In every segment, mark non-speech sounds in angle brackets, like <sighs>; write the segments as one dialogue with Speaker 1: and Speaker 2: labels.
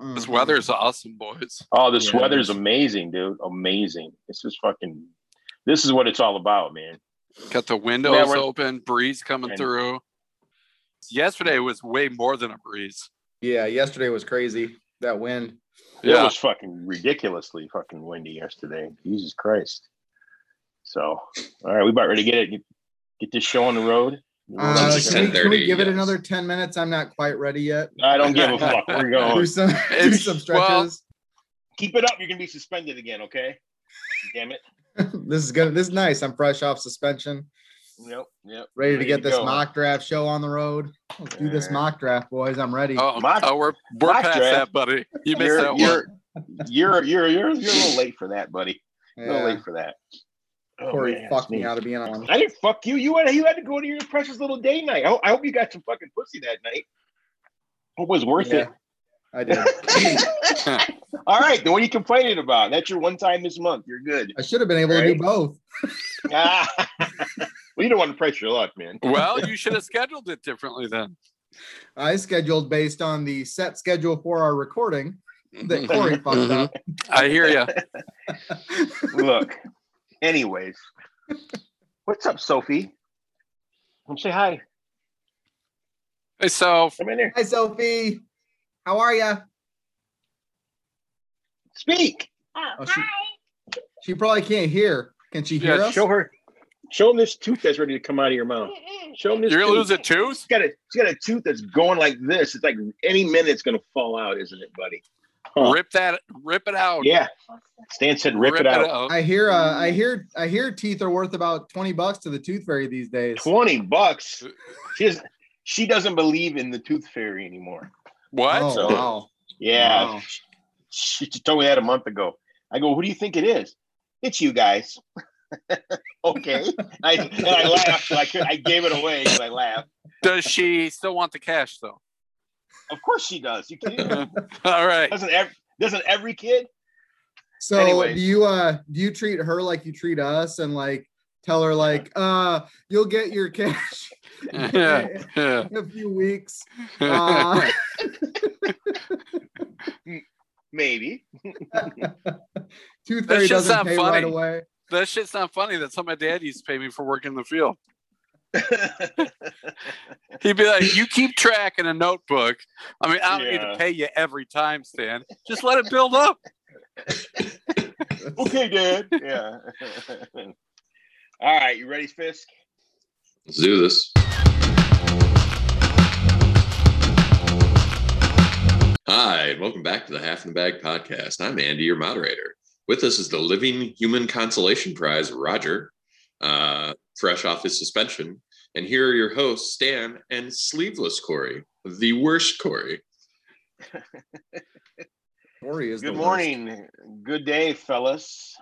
Speaker 1: This
Speaker 2: Mm-hmm.
Speaker 3: Mm-hmm.
Speaker 1: weather is awesome, boys.
Speaker 2: Oh, this
Speaker 3: Yeah,
Speaker 2: weather's
Speaker 3: it's-
Speaker 2: amazing, dude. Amazing. This is fucking. This is what it's all about, man.
Speaker 1: Got the windows
Speaker 2: Yeah, we're-
Speaker 1: open, breeze coming
Speaker 2: And-
Speaker 1: through. Yesterday was way more than a breeze.
Speaker 3: Yeah, yesterday was crazy. That wind.
Speaker 2: It
Speaker 1: Yeah,
Speaker 2: was fucking ridiculously fucking windy yesterday. Jesus Christ. So, all right, we about ready to get it. Get, get this show on the road.
Speaker 3: Uh,
Speaker 4: just
Speaker 3: can, we, can we
Speaker 4: 10:30,
Speaker 3: give it
Speaker 4: yes.
Speaker 3: another ten minutes? I'm not quite ready yet.
Speaker 2: I
Speaker 1: <laughs>
Speaker 2: don't give a fuck. We're
Speaker 3: Do
Speaker 2: going.
Speaker 3: some <laughs> do
Speaker 1: Oh, It's-
Speaker 3: some
Speaker 1: well-
Speaker 3: stretches. <laughs>
Speaker 2: Keep it up. You're gonna be suspended again. Okay. Damn it.
Speaker 3: this is good. This is nice. I'm fresh off suspension,
Speaker 2: Yep. Yep.
Speaker 3: ready to
Speaker 2: There
Speaker 3: get
Speaker 2: you
Speaker 3: this
Speaker 2: go.
Speaker 3: mock draft show on the road. Let's do this
Speaker 2: Yeah.
Speaker 3: mock draft, boys. I'm ready.
Speaker 1: oh,
Speaker 2: My-
Speaker 1: oh, we're we're
Speaker 2: my
Speaker 1: past
Speaker 2: draft-
Speaker 1: that, buddy. You missed
Speaker 2: You're,
Speaker 1: that
Speaker 2: you're, <laughs>
Speaker 1: one.
Speaker 2: you're you're you're you're a little late for that, buddy. A little
Speaker 3: yeah.
Speaker 2: late for that. Oh,
Speaker 3: Corey
Speaker 2: man,
Speaker 3: fucked me
Speaker 2: sneeze.
Speaker 3: out of being on.
Speaker 2: I didn't fuck you. You had you had to go to your precious little day night. I, ho- I hope you got some fucking pussy that night. It was worth
Speaker 3: Yeah, I did.
Speaker 2: <laughs> it. All right, then what are you complaining about? That's your one time this month.
Speaker 1: <laughs>
Speaker 2: You're good.
Speaker 3: I should have been able to
Speaker 2: Right?
Speaker 3: do both.
Speaker 2: Ah. well, you don't want to press your luck, man.
Speaker 1: Well, you should have scheduled it differently then.
Speaker 3: I scheduled based on the set schedule for our recording
Speaker 1: <laughs>
Speaker 3: that Corey fucked
Speaker 1: Mhm.
Speaker 3: up.
Speaker 1: I hear you.
Speaker 2: Look. Anyways, what's up, Sophie? Come say hi.
Speaker 1: So
Speaker 2: Come in here.
Speaker 3: Hi, Sophie. How are ya?
Speaker 2: Speak.
Speaker 3: Oh, she, she probably can't hear. Can she hear
Speaker 1: Yeah,
Speaker 3: us?
Speaker 2: Show her. Show him this tooth that's ready to come out of your mouth. Show him this.
Speaker 1: you're gonna
Speaker 2: tooth.
Speaker 1: lose a tooth.
Speaker 2: She's got a she's got a tooth that's going like this. It's like any minute it's gonna fall out, isn't it, buddy? Huh.
Speaker 1: Rip that. Rip it out.
Speaker 2: Oh, Yeah. Stan said, "Rip, it, out."
Speaker 3: I hear. Uh,
Speaker 1: Hmm.
Speaker 3: I hear. I hear. Teeth are worth about twenty bucks to the tooth fairy these days.
Speaker 2: Twenty bucks. She doesn't. She doesn't believe in the tooth fairy anymore.
Speaker 1: What?
Speaker 3: Oh, wow.
Speaker 2: Yeah,
Speaker 3: Wow.
Speaker 2: she she told me that a month ago. I go, "Who do you think it is?" It's you guys. <laughs> okay. I and I laughed. so I could, I gave it away because I laughed.
Speaker 1: Does she still want the cash though? <laughs>
Speaker 2: Of course she does. You kidding? me?
Speaker 1: All
Speaker 2: <laughs>
Speaker 1: right. <laughs>
Speaker 2: Doesn't every doesn't every kid?
Speaker 3: So
Speaker 2: Anyways.
Speaker 3: do you uh do you treat her like you treat us and like tell her like uh you'll get your cash <laughs>
Speaker 1: Yeah.
Speaker 3: in
Speaker 1: Yeah.
Speaker 3: a few weeks?
Speaker 1: <laughs>
Speaker 3: Uh,
Speaker 2: Maybe. <laughs>
Speaker 3: tooth
Speaker 1: That's
Speaker 3: fairy
Speaker 1: just
Speaker 3: doesn't
Speaker 1: not
Speaker 3: pay right
Speaker 1: funny.
Speaker 3: away.
Speaker 1: that shit's not funny. That's how my dad used to pay me for working in the field. He'd be like, "You keep track in a notebook. I mean, I don't need
Speaker 2: Yeah.
Speaker 1: to pay you every time, Stan. Just let it build up."
Speaker 2: okay, Dad. Yeah. <laughs> All right, you ready, Fisk?
Speaker 4: Let's do this. Hi, and welcome back to the Half in the Bag podcast. I'm Andy, your moderator. With us is the Living Human Consolation Prize, Roger, uh, fresh off his suspension. And here are your hosts, Stan and Sleeveless Corey, the worst Corey.
Speaker 3: Corey is the
Speaker 2: Good
Speaker 3: worst.
Speaker 2: morning. Good day, fellas.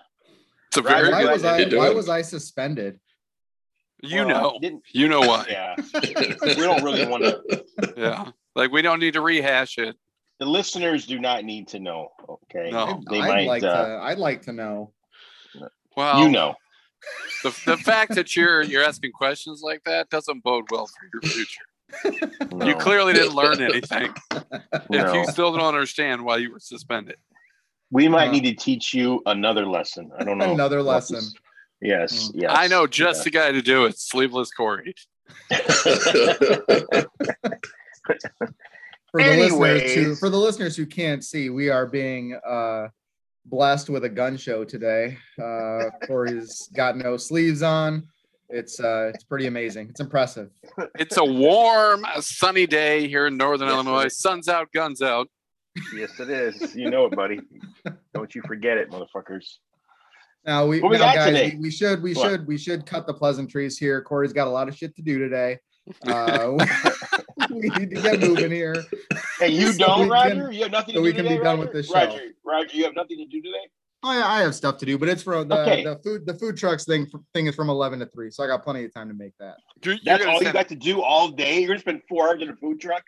Speaker 1: It's a
Speaker 2: Right,
Speaker 1: very
Speaker 3: Why
Speaker 2: right.
Speaker 1: good.
Speaker 3: was I
Speaker 4: Good
Speaker 3: why
Speaker 4: doing.
Speaker 3: was I suspended?
Speaker 1: You
Speaker 2: Well,
Speaker 1: know. <laughs>
Speaker 2: Didn't,
Speaker 1: You know why?
Speaker 2: yeah. <laughs> we don't really want to.
Speaker 1: Yeah. Like we don't need to rehash it.
Speaker 2: The listeners do not need to know. Okay.
Speaker 1: No.
Speaker 3: I'd,
Speaker 2: Oh, They
Speaker 3: I'd
Speaker 2: might,
Speaker 3: like
Speaker 2: uh,
Speaker 3: to I'd like to know.
Speaker 1: Well,
Speaker 2: you know.
Speaker 1: the, the fact that you're you're asking questions like that doesn't bode well for your future. You
Speaker 2: No.
Speaker 1: clearly didn't learn anything if
Speaker 2: No.
Speaker 1: you still don't understand why you were suspended.
Speaker 2: we might
Speaker 3: Uh,
Speaker 2: need to teach you another lesson. I don't know.
Speaker 3: Another
Speaker 2: what this-
Speaker 3: lesson. Mm.
Speaker 2: Yes. Yes.
Speaker 1: I know just the guy to do it, sleeveless Corey.
Speaker 3: for the listeners who,
Speaker 2: Anyways.
Speaker 3: for the listeners who can't see, we are being uh, blessed with a gun show today. Uh, Corey's got no sleeves on. It's uh, it's pretty amazing. It's impressive.
Speaker 1: It's a warm, sunny day here in Northern
Speaker 2: Yes, it
Speaker 1: Illinois.
Speaker 2: is.
Speaker 1: Sun's out, guns out.
Speaker 2: Yes, it is. You know it, buddy. don't you forget it, motherfuckers.
Speaker 1: <laughs>
Speaker 3: Now we,
Speaker 2: What we
Speaker 3: now,
Speaker 2: got
Speaker 3: guys,
Speaker 2: today?
Speaker 3: we, we should we
Speaker 2: What?
Speaker 3: should we should cut the pleasantries here. Corey's got a lot of shit to do
Speaker 2: <laughs>
Speaker 3: today. Uh, <laughs> we need to get moving here.
Speaker 2: And you
Speaker 3: So
Speaker 2: don't,
Speaker 3: we can-
Speaker 2: Roger? you have nothing
Speaker 3: so
Speaker 2: to
Speaker 3: we
Speaker 2: do
Speaker 3: can be
Speaker 2: today,
Speaker 3: done
Speaker 2: Roger?
Speaker 3: with this show.
Speaker 2: Roger, Roger, you have nothing to do today?
Speaker 3: Oh, yeah, I have stuff to do, but it's from the,
Speaker 2: Okay.
Speaker 3: the food the food trucks thing thing is from eleven to three, so I got plenty of time to make that.
Speaker 1: You're, you're
Speaker 2: That's
Speaker 1: gonna
Speaker 2: all you
Speaker 1: send-
Speaker 2: got to do all day? You're going to spend four hours in a food truck?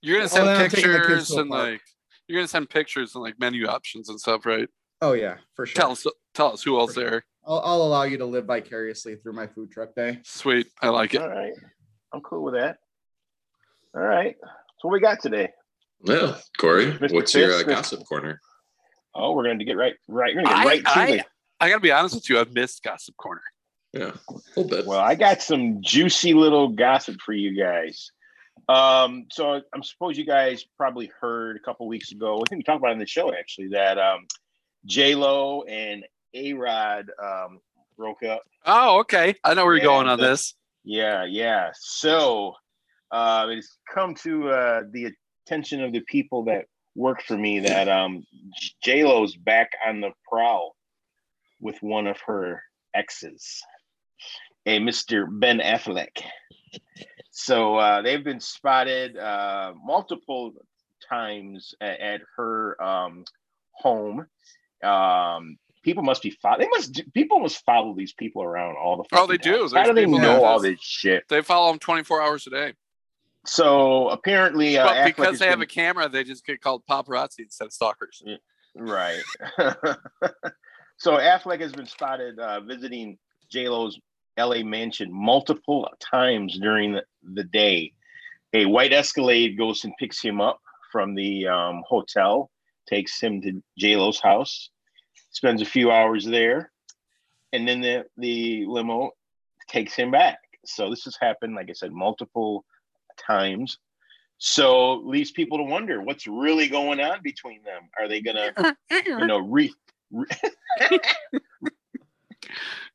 Speaker 1: You're gonna
Speaker 3: Well,
Speaker 1: send
Speaker 3: then I'm taking the kids
Speaker 1: pictures
Speaker 3: to a
Speaker 1: and
Speaker 3: park.
Speaker 1: like you're gonna send pictures and like menu options and stuff, right?
Speaker 3: Oh yeah, for sure.
Speaker 1: Tell us tell us who else there.
Speaker 3: I'll, I'll allow you to live vicariously through my food truck day.
Speaker 1: Sweet. I like it.
Speaker 2: All right. I'm cool with that. All right. So what we got today?
Speaker 4: <laughs> Well, Corey,
Speaker 2: Mr.
Speaker 4: what's your uh,
Speaker 2: Fisk, Mr.
Speaker 4: gossip corner?
Speaker 2: Oh, we're going to get right, right. We're going to
Speaker 1: I-
Speaker 2: get right to
Speaker 1: I-
Speaker 2: it.
Speaker 1: I gotta be honest with you, I've missed Gossip Corner.
Speaker 4: Yeah, a little bit.
Speaker 2: Well, I got some juicy little gossip for you guys. Um, so I- I'm suppose you guys probably heard a couple weeks ago. I think we talked about it on the show actually that um, J Lo and A Rod um, broke up.
Speaker 1: Oh, okay. I know where you're
Speaker 2: Yeah,
Speaker 1: going on
Speaker 2: the-
Speaker 1: this.
Speaker 2: Yeah, yeah. So uh, it's come to uh, the attention of the people that work for me that um, J Lo's back on the prowl with one of her exes, a Mister Ben Affleck. So uh, they've been spotted uh, multiple times at, at her um, home. Um, people must be follow. They must. do- People must follow these people around all the.
Speaker 1: Oh, they
Speaker 2: fucking time.
Speaker 1: do.
Speaker 2: How
Speaker 1: There's
Speaker 2: do they
Speaker 1: people that
Speaker 2: know all
Speaker 1: just-
Speaker 2: this shit?
Speaker 1: They follow him 24 hours a day.
Speaker 2: So apparently, uh,
Speaker 1: but
Speaker 2: Affleck
Speaker 1: because
Speaker 2: has
Speaker 1: they have a
Speaker 2: been-
Speaker 1: camera, they just get called paparazzi instead of stalkers.
Speaker 2: right. <laughs> so Affleck has been spotted uh, visiting J Lo's L.A. mansion multiple times during the, the day. A white Escalade goes and picks him up from the um, hotel, takes him to J Lo's house, spends a few hours there, and then the the limo takes him back. So this has happened, like I said, multiple times. So leaves people to wonder what's really going on between them. Are they gonna, you know, re, re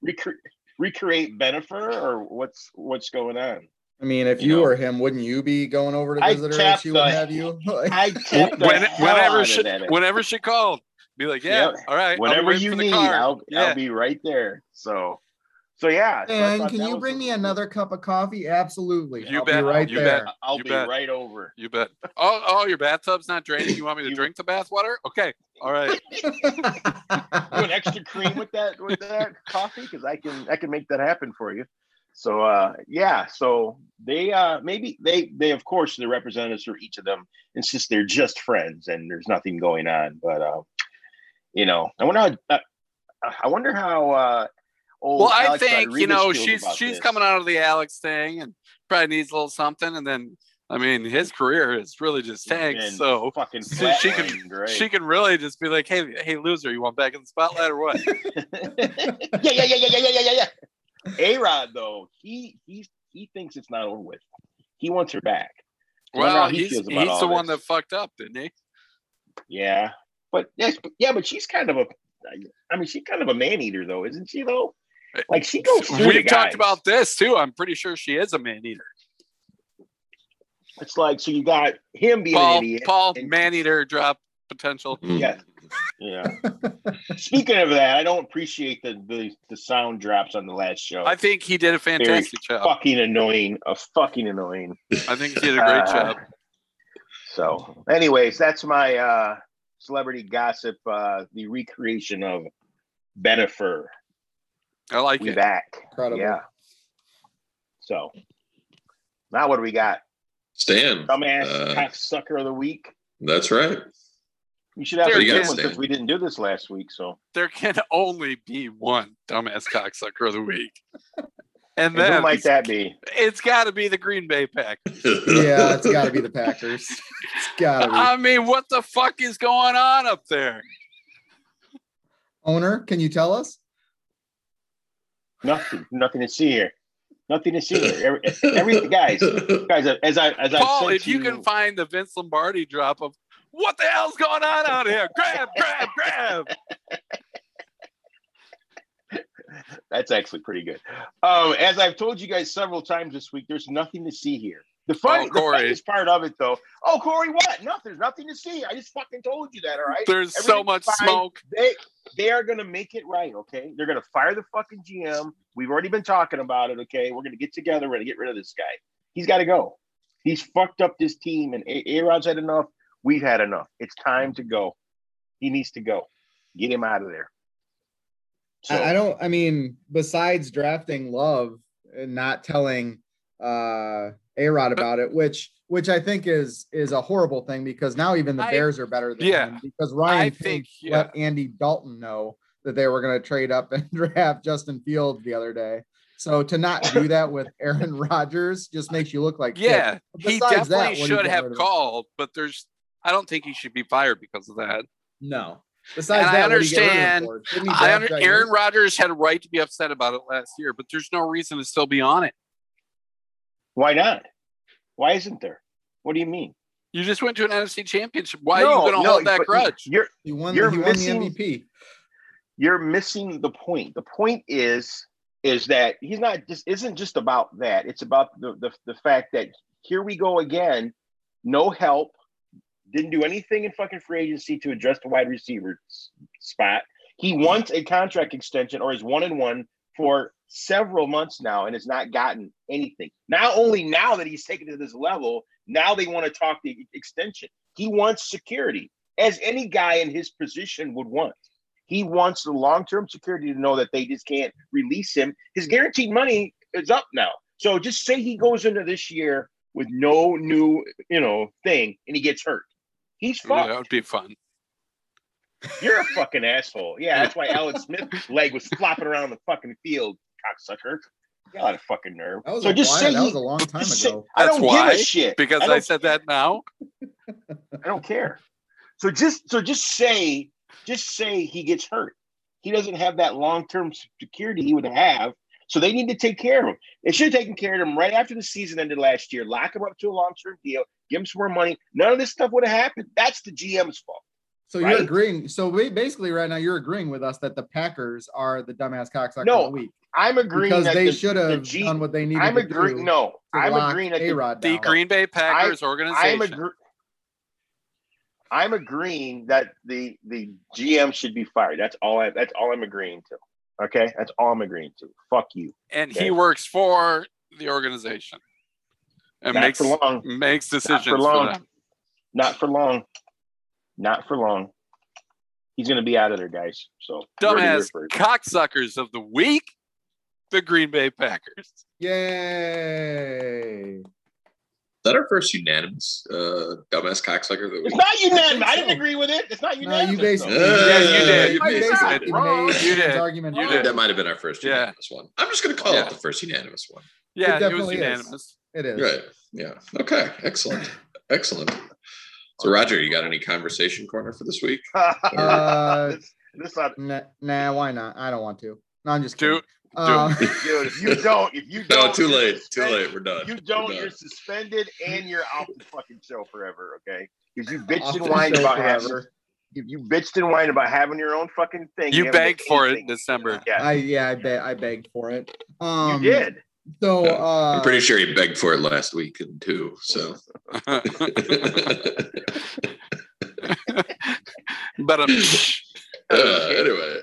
Speaker 2: recre- recreate Benifer or what's what's going on?
Speaker 3: I mean, if
Speaker 2: You
Speaker 3: you
Speaker 2: know.
Speaker 3: were him, wouldn't you be going over to
Speaker 2: I
Speaker 3: visit her if
Speaker 2: tapped
Speaker 3: she wouldn't
Speaker 2: the-
Speaker 3: have you? <laughs> Like,
Speaker 2: I
Speaker 1: When,
Speaker 2: tapped the hell out
Speaker 1: whenever
Speaker 2: of
Speaker 1: she
Speaker 2: that.
Speaker 1: whenever she called, be like, yeah,
Speaker 2: Yeah.
Speaker 1: all right, I'll be
Speaker 2: whatever
Speaker 1: waiting
Speaker 2: you
Speaker 1: for the
Speaker 2: need,
Speaker 1: car."
Speaker 2: I'll
Speaker 1: Yeah.
Speaker 2: I'll be right there. So, so yeah. so I
Speaker 3: man,
Speaker 2: thought
Speaker 3: can
Speaker 2: that
Speaker 3: you
Speaker 2: was
Speaker 3: bring
Speaker 2: a-
Speaker 3: me another cup of coffee? Absolutely.
Speaker 1: You
Speaker 3: I'll
Speaker 1: bet.
Speaker 3: be right
Speaker 1: You
Speaker 3: there.
Speaker 1: bet.
Speaker 2: I'll
Speaker 1: You
Speaker 2: be
Speaker 1: bet.
Speaker 2: right over.
Speaker 1: You bet. Oh, oh, your bathtub's not draining. You want me to
Speaker 2: You-
Speaker 1: drink the bathwater? Okay. All right.
Speaker 2: You want extra cream with that with that coffee because I can I can make that happen for you. So uh yeah, so they uh maybe they they of course the representatives for each of them insist they're just friends and there's nothing going on. But uh you know I wonder how uh, I wonder how uh old
Speaker 1: Well, I
Speaker 2: Alex
Speaker 1: think you
Speaker 2: Rodriguez
Speaker 1: know
Speaker 2: feels
Speaker 1: she's
Speaker 2: about
Speaker 1: she's
Speaker 2: this.
Speaker 1: coming out of the Alex thing and probably needs a little something. And then I mean, his career is really just
Speaker 2: He's
Speaker 1: tanked.
Speaker 2: been
Speaker 1: So
Speaker 2: fucking
Speaker 1: so <laughs> she can-
Speaker 2: flatlined, right?
Speaker 1: she can really just be like, hey, hey, loser, you want back in the spotlight or
Speaker 2: <laughs>
Speaker 1: what?
Speaker 2: yeah, yeah, yeah, yeah, yeah, yeah, yeah, yeah. A Rod though, he he he thinks it's not over with. He wants her back. I wonder
Speaker 1: well,
Speaker 2: how he
Speaker 1: he's, he's
Speaker 2: feels
Speaker 1: the
Speaker 2: about all
Speaker 1: one
Speaker 2: this.
Speaker 1: that fucked up, didn't he?
Speaker 2: Yeah, but yes, but- yeah, but she's kind of a. I mean, she's kind of a man eater though, isn't she? Though, like she goes. through the
Speaker 1: We've talked
Speaker 2: guys.
Speaker 1: about this too. I'm pretty sure she is a man eater.
Speaker 2: It's like so you got him being
Speaker 1: Paul,
Speaker 2: an idiot.
Speaker 1: Paul,
Speaker 2: and-
Speaker 1: man eater drop potential.
Speaker 4: Mm.
Speaker 2: Yeah. Yeah. Speaking of that, I don't appreciate the the, the sound drops on the last show.
Speaker 1: I think he did a fantastic job.
Speaker 2: fucking annoying. A fucking annoying.
Speaker 1: I think he did a great
Speaker 2: Uh,
Speaker 1: job.
Speaker 2: So, anyways, that's my uh celebrity gossip. Uh The recreation of Benifer.
Speaker 1: I like
Speaker 2: We
Speaker 1: it.
Speaker 2: back.
Speaker 3: Incredible.
Speaker 2: Yeah. So now what do we got?
Speaker 4: Stan.
Speaker 2: Dumbass
Speaker 4: Uh,
Speaker 2: cocksucker sucker of the week.
Speaker 4: That's right.
Speaker 2: We should have
Speaker 1: There
Speaker 2: a
Speaker 1: you
Speaker 2: good
Speaker 1: go,
Speaker 2: one
Speaker 4: Stan.
Speaker 2: since we didn't do this last week. So
Speaker 1: There can only be one dumbass cocksucker of the
Speaker 2: <laughs>
Speaker 1: week, and
Speaker 2: and who
Speaker 1: then
Speaker 2: might that be?
Speaker 1: it's got to be the Green Bay Pack.
Speaker 3: <laughs> yeah, it's
Speaker 4: <laughs>
Speaker 3: got to be the Packers. It's got to be.
Speaker 1: I mean, what the fuck is going on up there?
Speaker 3: Owner, can you tell us?
Speaker 2: Nothing. Nothing to see here. Nothing to see here.
Speaker 1: <laughs>
Speaker 2: Every, every guys, guys. As I as I
Speaker 1: Paul,
Speaker 2: said
Speaker 1: if
Speaker 2: to
Speaker 1: you can find the Vince Lombardi drop of what the hell's going on out here? Grab, grab, grab.
Speaker 2: that's actually pretty good. Um, as I've told you guys several times this week, there's nothing to see here. The
Speaker 1: Oh,
Speaker 2: funny,
Speaker 1: Corey.
Speaker 2: the funniest part of it though. Oh, Corey, what? No, there's nothing to see. I just fucking told you that. All right.
Speaker 1: There's so
Speaker 2: Everything's
Speaker 1: much
Speaker 2: fine.
Speaker 1: smoke.
Speaker 2: they they are gonna make it right, okay? They're gonna fire the fucking GM. We've already been talking about it, okay? We're gonna get together, we're gonna get rid of this guy. He's gotta go. He's fucked up this team, and A Rod's had enough. We've had enough. It's time to go. He needs to go. Get him out of there. So
Speaker 3: I, I don't. I mean, besides drafting Love and not telling uh Arod about it, which which I think is is a horrible thing because now even the
Speaker 1: I-
Speaker 3: Bears are better than
Speaker 1: yeah.
Speaker 3: him because Ryan
Speaker 1: I
Speaker 3: Pace
Speaker 1: think,
Speaker 3: let Andy Dalton know that they were going to trade up and <laughs> draft Justin Fields the other day. So to not
Speaker 1: <laughs>
Speaker 3: do that with Aaron Rodgers just makes you look like shit.
Speaker 1: Yeah, he
Speaker 3: Besides that,
Speaker 1: definitely
Speaker 3: what are you
Speaker 1: should
Speaker 3: getting
Speaker 1: have
Speaker 3: rid of?
Speaker 1: called, but there's I don't think he should be fired because of that.
Speaker 3: No. Besides
Speaker 1: And I
Speaker 3: that, what do you get rid of him
Speaker 1: understand-
Speaker 3: for? Didn't he
Speaker 1: I
Speaker 3: draft
Speaker 1: under-
Speaker 3: Jair?
Speaker 1: Aaron Rodgers had a right to be upset about it last year, but there's no reason to still be on it.
Speaker 2: Why not? Why isn't there? What do you mean?
Speaker 1: You just went to an NFC championship. Why are
Speaker 2: No,
Speaker 1: you going to
Speaker 2: no,
Speaker 1: hold that
Speaker 2: but
Speaker 1: grudge?
Speaker 2: You're
Speaker 3: He won,
Speaker 2: You're
Speaker 3: he won
Speaker 2: missing-
Speaker 3: the MVP.
Speaker 2: you're missing the point. The point is is that he's not just isn't just about that. It's about the the, the fact that here we go again, no help, didn't do anything in fucking free agency to address the wide receiver s- spot. He wants a contract extension or is one and one for several months now and has not gotten anything. Not only now that he's taken to this level, now they want to talk the extension. He wants security, as any guy in his position would want. He wants the long term security to know that they just can't release him. His guaranteed money is up now. So just say he goes into this year with no new, you know, thing and he gets hurt. He's
Speaker 1: Ooh,
Speaker 2: fucked.
Speaker 1: that would be fun.
Speaker 2: You're a fucking asshole. Yeah, that's why Alan Smith's leg was flopping around the fucking field, cocksucker. You got a fucking nerve.
Speaker 3: That was,
Speaker 2: so
Speaker 3: a,
Speaker 2: just
Speaker 3: while-
Speaker 2: say
Speaker 3: that
Speaker 2: he-
Speaker 3: was a long time
Speaker 2: just say-
Speaker 3: ago.
Speaker 2: I
Speaker 1: That's
Speaker 2: don't
Speaker 1: why,
Speaker 2: give a shit
Speaker 1: Because
Speaker 2: I
Speaker 1: I,
Speaker 2: don't
Speaker 1: said that now.
Speaker 2: I don't care. So just so just say just say he gets hurt. He doesn't have that long term security he would have. So they need to take care of him. They should have taken care of him right after the season ended last year. Lock him up to a long term deal. Give him some more money. None of this stuff would have happened. That's the GM's fault.
Speaker 3: So
Speaker 2: right?
Speaker 3: you're agreeing. So we, basically, right now, you're agreeing with us that the Packers are the dumbass cocksucker
Speaker 2: No,
Speaker 3: of the week
Speaker 2: I'm agreeing
Speaker 3: because
Speaker 2: that
Speaker 3: they
Speaker 2: the-
Speaker 3: should
Speaker 2: the
Speaker 3: have
Speaker 2: G-
Speaker 3: done what they needed
Speaker 2: I'm
Speaker 3: to
Speaker 2: agreeing.
Speaker 3: do.
Speaker 2: No,
Speaker 3: to
Speaker 2: I'm
Speaker 3: lock
Speaker 2: agreeing that the
Speaker 3: A-Rod
Speaker 1: The
Speaker 3: down.
Speaker 1: Green Bay Packers organization.
Speaker 2: I'm agree- I'm agreeing that the the GM should be fired. That's all I that's all I'm agreeing to. Okay? That's all I'm agreeing to. Fuck you.
Speaker 1: and
Speaker 2: Okay.
Speaker 1: he works for the organization and
Speaker 2: Not
Speaker 1: makes
Speaker 2: for long.
Speaker 1: makes decisions for,
Speaker 2: long.
Speaker 1: them.
Speaker 2: Not for long. Not for long. He's gonna be out of there, guys. So you're here
Speaker 1: Dumbass
Speaker 2: first.
Speaker 1: cocksuckers of the week, the Green Bay Packers.
Speaker 3: Yay.
Speaker 4: that our first unanimous uh, dumbass cocksucker that we
Speaker 2: It's not unanimous.
Speaker 3: think
Speaker 2: I didn't
Speaker 3: so.
Speaker 2: agree with it. It's not
Speaker 3: No,
Speaker 2: unanimous.
Speaker 3: you
Speaker 2: though. <laughs>
Speaker 3: basically.
Speaker 4: Yeah, you did.
Speaker 3: You
Speaker 4: You basically
Speaker 3: basically
Speaker 4: did.
Speaker 3: made
Speaker 1: You did.
Speaker 3: Jim's argument.
Speaker 1: You
Speaker 3: wrong.
Speaker 1: did.
Speaker 4: that might have been our first
Speaker 1: Yeah.
Speaker 4: unanimous one. I'm just going to call
Speaker 1: Yeah.
Speaker 4: it the first unanimous one.
Speaker 1: Yeah, it, was
Speaker 3: definitely is.
Speaker 1: unanimous.
Speaker 3: It is.
Speaker 4: Right. Yeah. Okay. Excellent. Excellent. So, Roger, you got any conversation corner for this week?
Speaker 3: Uh,
Speaker 2: this, this ought-
Speaker 3: Nah, nah, why not? I don't want to. No, I'm just kidding.
Speaker 1: Dude,
Speaker 3: Uh,
Speaker 2: dude, if you don't, if you don't
Speaker 4: No, too
Speaker 2: you're
Speaker 4: late. Too
Speaker 2: suspended.
Speaker 4: late. We're done.
Speaker 2: You don't.
Speaker 4: We're
Speaker 2: You're
Speaker 4: done.
Speaker 2: suspended, and you're out the fucking show forever. Okay, because you bitched
Speaker 3: off
Speaker 2: and
Speaker 3: the
Speaker 2: whined
Speaker 3: show
Speaker 2: about having
Speaker 3: forever.
Speaker 2: you, you bitched and whined about having your own fucking thing.
Speaker 1: You
Speaker 2: haven't
Speaker 1: begged
Speaker 2: done
Speaker 1: for it in
Speaker 2: anything.
Speaker 1: December.
Speaker 2: Yeah,
Speaker 3: I yeah, I bet I begged for it. Um,
Speaker 2: you did.
Speaker 3: So
Speaker 4: Yeah.
Speaker 3: uh,
Speaker 4: I'm pretty sure he begged for it last week too. So, <laughs>
Speaker 1: <laughs> but um,
Speaker 4: Uh, anyway,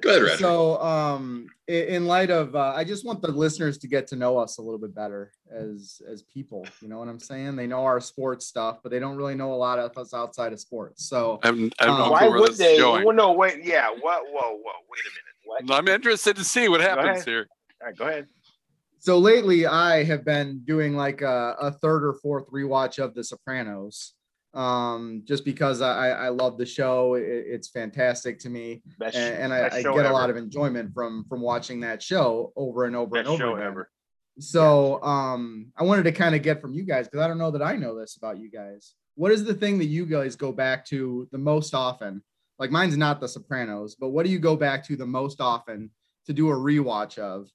Speaker 4: go ahead, Roger.
Speaker 3: So, um, i- in light of, uh, I just want the listeners to get to know us a little bit better as as people. You know what I'm saying? They know our sports stuff, but they don't really know a lot of us outside of sports. So,
Speaker 1: I'm, I don't
Speaker 3: Um,
Speaker 1: know
Speaker 2: Why
Speaker 1: where
Speaker 2: would
Speaker 1: this
Speaker 2: they?
Speaker 1: is going.
Speaker 2: Well, no, wait. Yeah. What? Whoa, whoa. Wait a minute. What?
Speaker 1: I'm interested to see what happens
Speaker 2: ahead.
Speaker 1: here.
Speaker 2: All right, go ahead.
Speaker 3: so lately, I have been doing like a, a third or fourth rewatch of The Sopranos, um, just because I, I love the show. It, it's fantastic to me,
Speaker 2: Best
Speaker 3: and, and I,
Speaker 2: best
Speaker 3: I
Speaker 2: show
Speaker 3: get a
Speaker 2: ever.
Speaker 3: lot of enjoyment from from watching that show over and over
Speaker 2: best
Speaker 3: and over.
Speaker 2: show
Speaker 3: again.
Speaker 2: ever.
Speaker 3: So um, I wanted to kind of get from you guys because I don't know that I know this about you guys. What is the thing that you guys go back to the most often? Like mine's not The Sopranos, but what do you go back to the most often to do a rewatch of,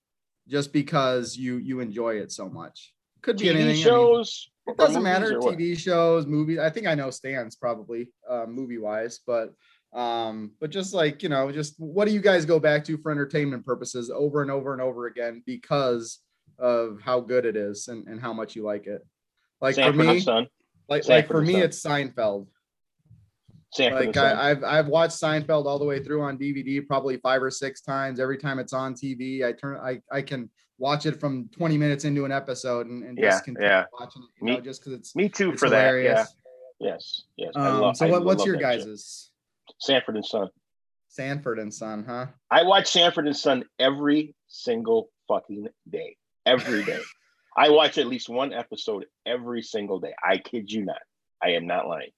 Speaker 3: just because you you enjoy it so much? Could be
Speaker 2: TV
Speaker 3: anything. I mean,
Speaker 2: shows.
Speaker 3: it doesn't matter.
Speaker 2: TV.
Speaker 3: TV shows, movies. I think I know Stan's probably uh, movie wise, but um, but just like you know, just what do you guys go back to for entertainment purposes over and over and over again because of how good it is and, and how much you like it. Like
Speaker 2: Sanford
Speaker 3: for me,
Speaker 2: and Son.
Speaker 3: like, like
Speaker 2: Sanford
Speaker 3: for
Speaker 2: and
Speaker 3: me,
Speaker 2: Son.
Speaker 3: it's Seinfeld.
Speaker 2: Sanford
Speaker 3: Like
Speaker 2: and Son.
Speaker 3: I, I've I've watched Seinfeld all the way through on DVD probably five or six times. Every time it's on TV, I turn I I can watch it from 20 minutes into an episode and, and
Speaker 2: Yeah,
Speaker 3: just continue
Speaker 2: yeah.
Speaker 3: watching it, you
Speaker 2: Me-
Speaker 3: know, just because it's
Speaker 2: Me too
Speaker 3: it's
Speaker 2: for that. Yeah.
Speaker 3: hilarious.
Speaker 2: Yes. Yes. I
Speaker 3: Um,
Speaker 2: love.
Speaker 3: so
Speaker 2: I
Speaker 3: what, what's
Speaker 2: love
Speaker 3: your
Speaker 2: that show.
Speaker 3: guys's?
Speaker 2: Sanford and Son.
Speaker 3: Sanford and Son, huh?
Speaker 2: I watch Sanford and Son every single fucking day. Every
Speaker 3: <laughs>
Speaker 2: day. I watch at least one episode every single day. I kid you not. I am not lying.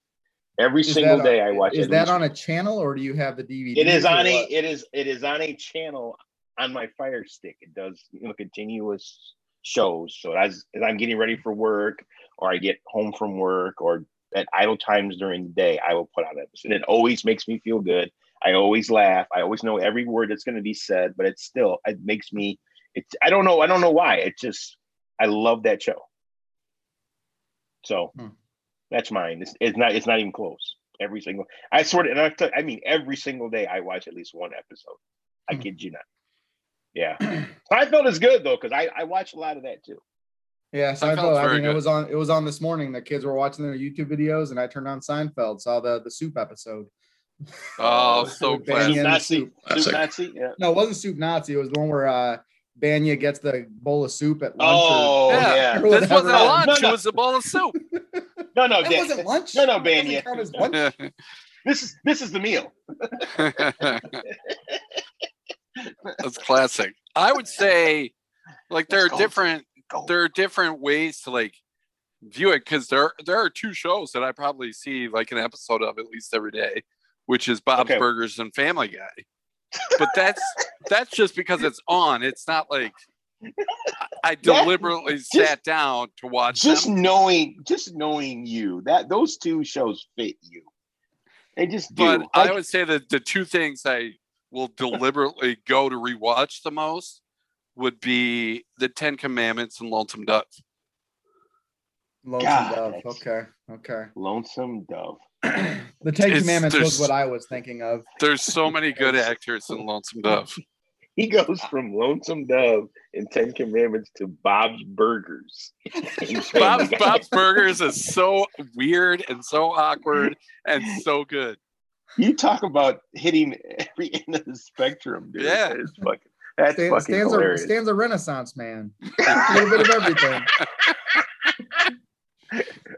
Speaker 2: Every
Speaker 3: Is
Speaker 2: single
Speaker 3: that
Speaker 2: day I watch
Speaker 3: Is
Speaker 2: at
Speaker 3: that
Speaker 2: least-
Speaker 3: on a channel or do you have the DVD?
Speaker 2: it is
Speaker 3: or
Speaker 2: on a
Speaker 3: what?
Speaker 2: it is it is on a channel on my fire stick. It does you know continuous shows. So as as I'm getting ready for work or I get home from work or at idle times during the day, I will put on it. And it always makes me feel good. I always laugh. I always know every word that's going to be said, but it's still, it makes me, it's, I don't know. I don't know why. It just, I love that show. So
Speaker 3: Hmm.
Speaker 2: that's mine. It's, it's not, it's not even close. Every single, I swear to, and I, I mean, every single day I watch at least one episode. I
Speaker 3: Hmm.
Speaker 2: kid you not.
Speaker 3: <clears throat>
Speaker 2: Yeah. Seinfeld is good though, because I, I watch a lot of that too.
Speaker 3: Yeah,
Speaker 1: Seinfeld's
Speaker 3: Seinfeld. I
Speaker 1: very
Speaker 3: mean, it
Speaker 1: good.
Speaker 3: was on. It was on this morning. The kids were watching their YouTube videos, and I turned on Seinfeld. Saw the the soup episode.
Speaker 1: Oh,
Speaker 2: Oh,
Speaker 1: so
Speaker 3: Bang in
Speaker 1: glad.
Speaker 3: the
Speaker 2: Nazi.
Speaker 3: soup.
Speaker 4: Classic.
Speaker 2: Soup Nazi, yeah.
Speaker 3: No, it wasn't soup Nazi. It was the one where uh, Banya gets the bowl of soup at lunch. or-
Speaker 2: Oh
Speaker 1: Yeah.
Speaker 2: yeah.
Speaker 3: or
Speaker 1: This wasn't a
Speaker 3: whatever.
Speaker 1: lunch.
Speaker 2: No, no.
Speaker 1: It was a bowl of soup.
Speaker 2: No, no,
Speaker 3: That
Speaker 2: Dan.
Speaker 3: wasn't lunch.
Speaker 2: No,
Speaker 3: That
Speaker 2: no,
Speaker 3: doesn't
Speaker 2: Banya.
Speaker 3: count as lunch.
Speaker 1: <laughs>
Speaker 2: This is this is the meal.
Speaker 1: That's classic. I would say, like, there
Speaker 2: Let's
Speaker 1: are
Speaker 2: go.
Speaker 1: different
Speaker 2: Go.
Speaker 1: there are different ways to like view it because there there are two shows that I probably see like an episode of at least every day, which is Bob's
Speaker 2: Okay.
Speaker 1: Burgers and Family Guy. But that's that's just because it's on. It's not like
Speaker 2: <laughs>
Speaker 1: I- I deliberately sat down to watch
Speaker 2: Just
Speaker 1: them.
Speaker 2: knowing, just knowing you, that those two shows fit you. They just do.
Speaker 1: But I
Speaker 2: Like,
Speaker 1: would say that the two things I
Speaker 2: <laughs>
Speaker 1: will deliberately go to rewatch the most would be the Ten Commandments and Lonesome Dove.
Speaker 3: Lonesome
Speaker 2: God,
Speaker 3: Dove.
Speaker 2: that's-
Speaker 3: Okay, okay. <clears throat>
Speaker 2: Lonesome Dove.
Speaker 3: The Ten
Speaker 1: It's-
Speaker 3: Commandments was
Speaker 1: there's-
Speaker 3: what I was thinking of.
Speaker 1: There's
Speaker 2: <laughs>
Speaker 1: so many good actors in Lonesome Dove.
Speaker 2: He goes from Lonesome Dove and Ten Commandments to
Speaker 3: <laughs>
Speaker 2: Bob's Burgers. He's
Speaker 1: Bob's,
Speaker 2: family guy.
Speaker 1: Bob's Burgers is so weird and so awkward and so good.
Speaker 2: You talk about hitting every <laughs> end of the spectrum, dude.
Speaker 1: Yeah.
Speaker 2: That is fucking, that's
Speaker 3: Stan,
Speaker 2: fucking
Speaker 3: Stan's, a,
Speaker 2: hilarious.
Speaker 3: Stan's a renaissance
Speaker 2: <laughs>
Speaker 3: man. a little bit of everything.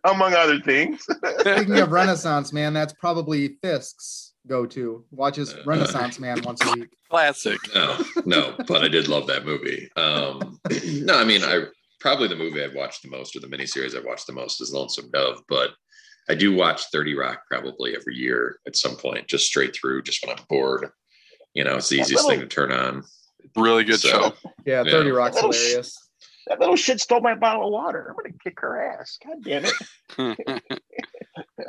Speaker 2: Among other things. <laughs>
Speaker 3: Speaking of renaissance man, that's probably Fisk's go-to. Watches renaissance man once a week.
Speaker 1: Classic.
Speaker 4: No, no, but I did love that movie. Um, no, I mean, I probably the movie I've watched the most or the miniseries I've watched the most is Lonesome Dove, but I do watch 30 Rock probably every year at some point, just straight through, just when I'm bored. You know, it's the
Speaker 2: That
Speaker 4: easiest
Speaker 2: little-
Speaker 4: thing to turn on.
Speaker 1: Really good
Speaker 2: <laughs>
Speaker 4: So- <laughs>
Speaker 1: show. <laughs>
Speaker 3: Yeah,
Speaker 4: Yeah.
Speaker 3: Thirty Rock's
Speaker 1: Oh,
Speaker 2: Little sh-
Speaker 3: hilarious.
Speaker 2: That little shit stole my bottle of water. I'm gonna kick her ass. God damn it.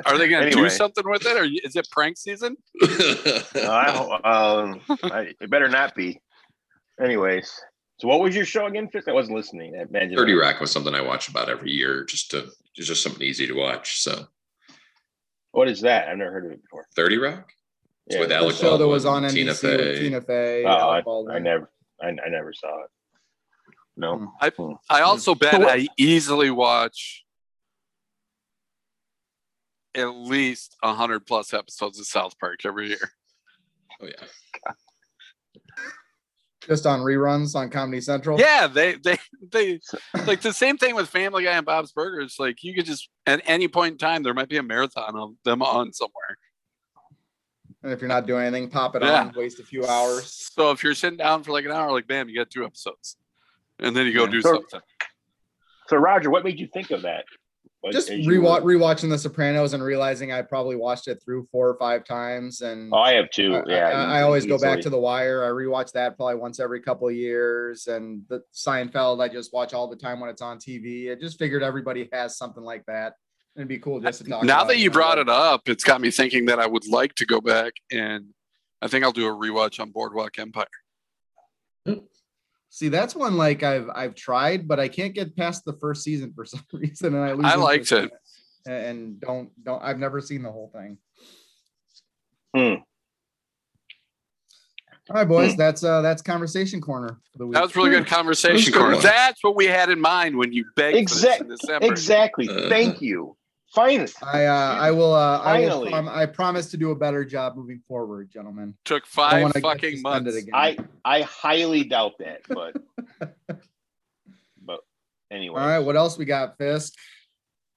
Speaker 1: Are they going to do
Speaker 2: Anyway.
Speaker 1: something with it, or is it prank season?
Speaker 2: <laughs> I don't- um, I, it better not be. Anyways, so what was your show again, Fitz? I wasn't listening. I imagine.
Speaker 4: 30 Rock was something I watch about every year, just to it's just something easy to watch. So
Speaker 2: What is that? I've never heard of it before.
Speaker 4: 30 Rock? It's
Speaker 2: Yeah.
Speaker 4: with
Speaker 3: The
Speaker 4: Alec
Speaker 3: show that was on
Speaker 4: Baldwin,
Speaker 3: NBC
Speaker 4: Tina
Speaker 3: with
Speaker 4: Fey.
Speaker 3: Tina Fey.
Speaker 2: Oh,
Speaker 3: Alec
Speaker 2: I, I
Speaker 3: Baldwin.
Speaker 2: never, I, I never saw it.
Speaker 3: Hmm.
Speaker 2: No.
Speaker 1: I also bet
Speaker 3: Mm. what-
Speaker 1: I easily watch at least 100 plus episodes of South Park every year.
Speaker 4: Oh yeah.
Speaker 3: Just on reruns on Comedy Central.
Speaker 1: Yeah, they, they, they,
Speaker 3: <laughs>
Speaker 1: like the same thing with Family Guy and Bob's Burgers. Like, you could just, at any point in time, there might be a marathon of them on somewhere.
Speaker 3: And if you're not doing anything, pop it
Speaker 1: Yeah.
Speaker 3: on. Waste a few hours.
Speaker 1: So if you're sitting down for like an hour, like bam, you got two episodes, and then you go
Speaker 2: Yeah.
Speaker 1: do
Speaker 2: So-
Speaker 1: something.
Speaker 2: So Roger, what made you think of that? Like,
Speaker 3: Just
Speaker 2: as you were-
Speaker 3: rewatch rewatching The Sopranos and realizing I probably watched it through four or five times. And
Speaker 2: Oh, I have two.
Speaker 3: I-
Speaker 2: yeah.
Speaker 3: I, I always go back to The Wire. I rewatch that probably once every couple of years. And the Seinfeld, I just watch all the time when it's on TV. I just figured everybody has something like that. It'd be cool just to talk.
Speaker 1: Now
Speaker 3: about
Speaker 1: that you brought
Speaker 3: know,
Speaker 1: it up, it's got me thinking that I would like to go back and I think I'll do a rewatch on Boardwalk Empire.
Speaker 3: See, that's one like I've I've tried, but I can't get past the first season for <laughs> some reason, and I lose.
Speaker 1: I liked
Speaker 3: interest in it. and don't don't. I've never seen the whole thing.
Speaker 2: Hmm.
Speaker 3: All right, boys. That's uh that's conversation corner for the week.
Speaker 1: Hmm. That was really good conversation,
Speaker 4: That was a good
Speaker 1: Corner.
Speaker 4: one.
Speaker 1: That's what we had in mind when you begged
Speaker 2: Exact-
Speaker 1: for this in December.
Speaker 2: Exactly.
Speaker 4: Uh.
Speaker 2: Thank you. Finally.
Speaker 3: I uh, I will uh, I will
Speaker 2: Finally.
Speaker 3: prom- I promise to do a better job moving forward, gentlemen.
Speaker 1: Took
Speaker 3: I don't
Speaker 1: five
Speaker 3: wanna get
Speaker 1: fucking
Speaker 3: suspended
Speaker 1: months.
Speaker 3: again.
Speaker 2: I I highly doubt that,
Speaker 3: <laughs>
Speaker 2: but but
Speaker 3: All
Speaker 2: anyway.
Speaker 3: right, what else we got, Fisk?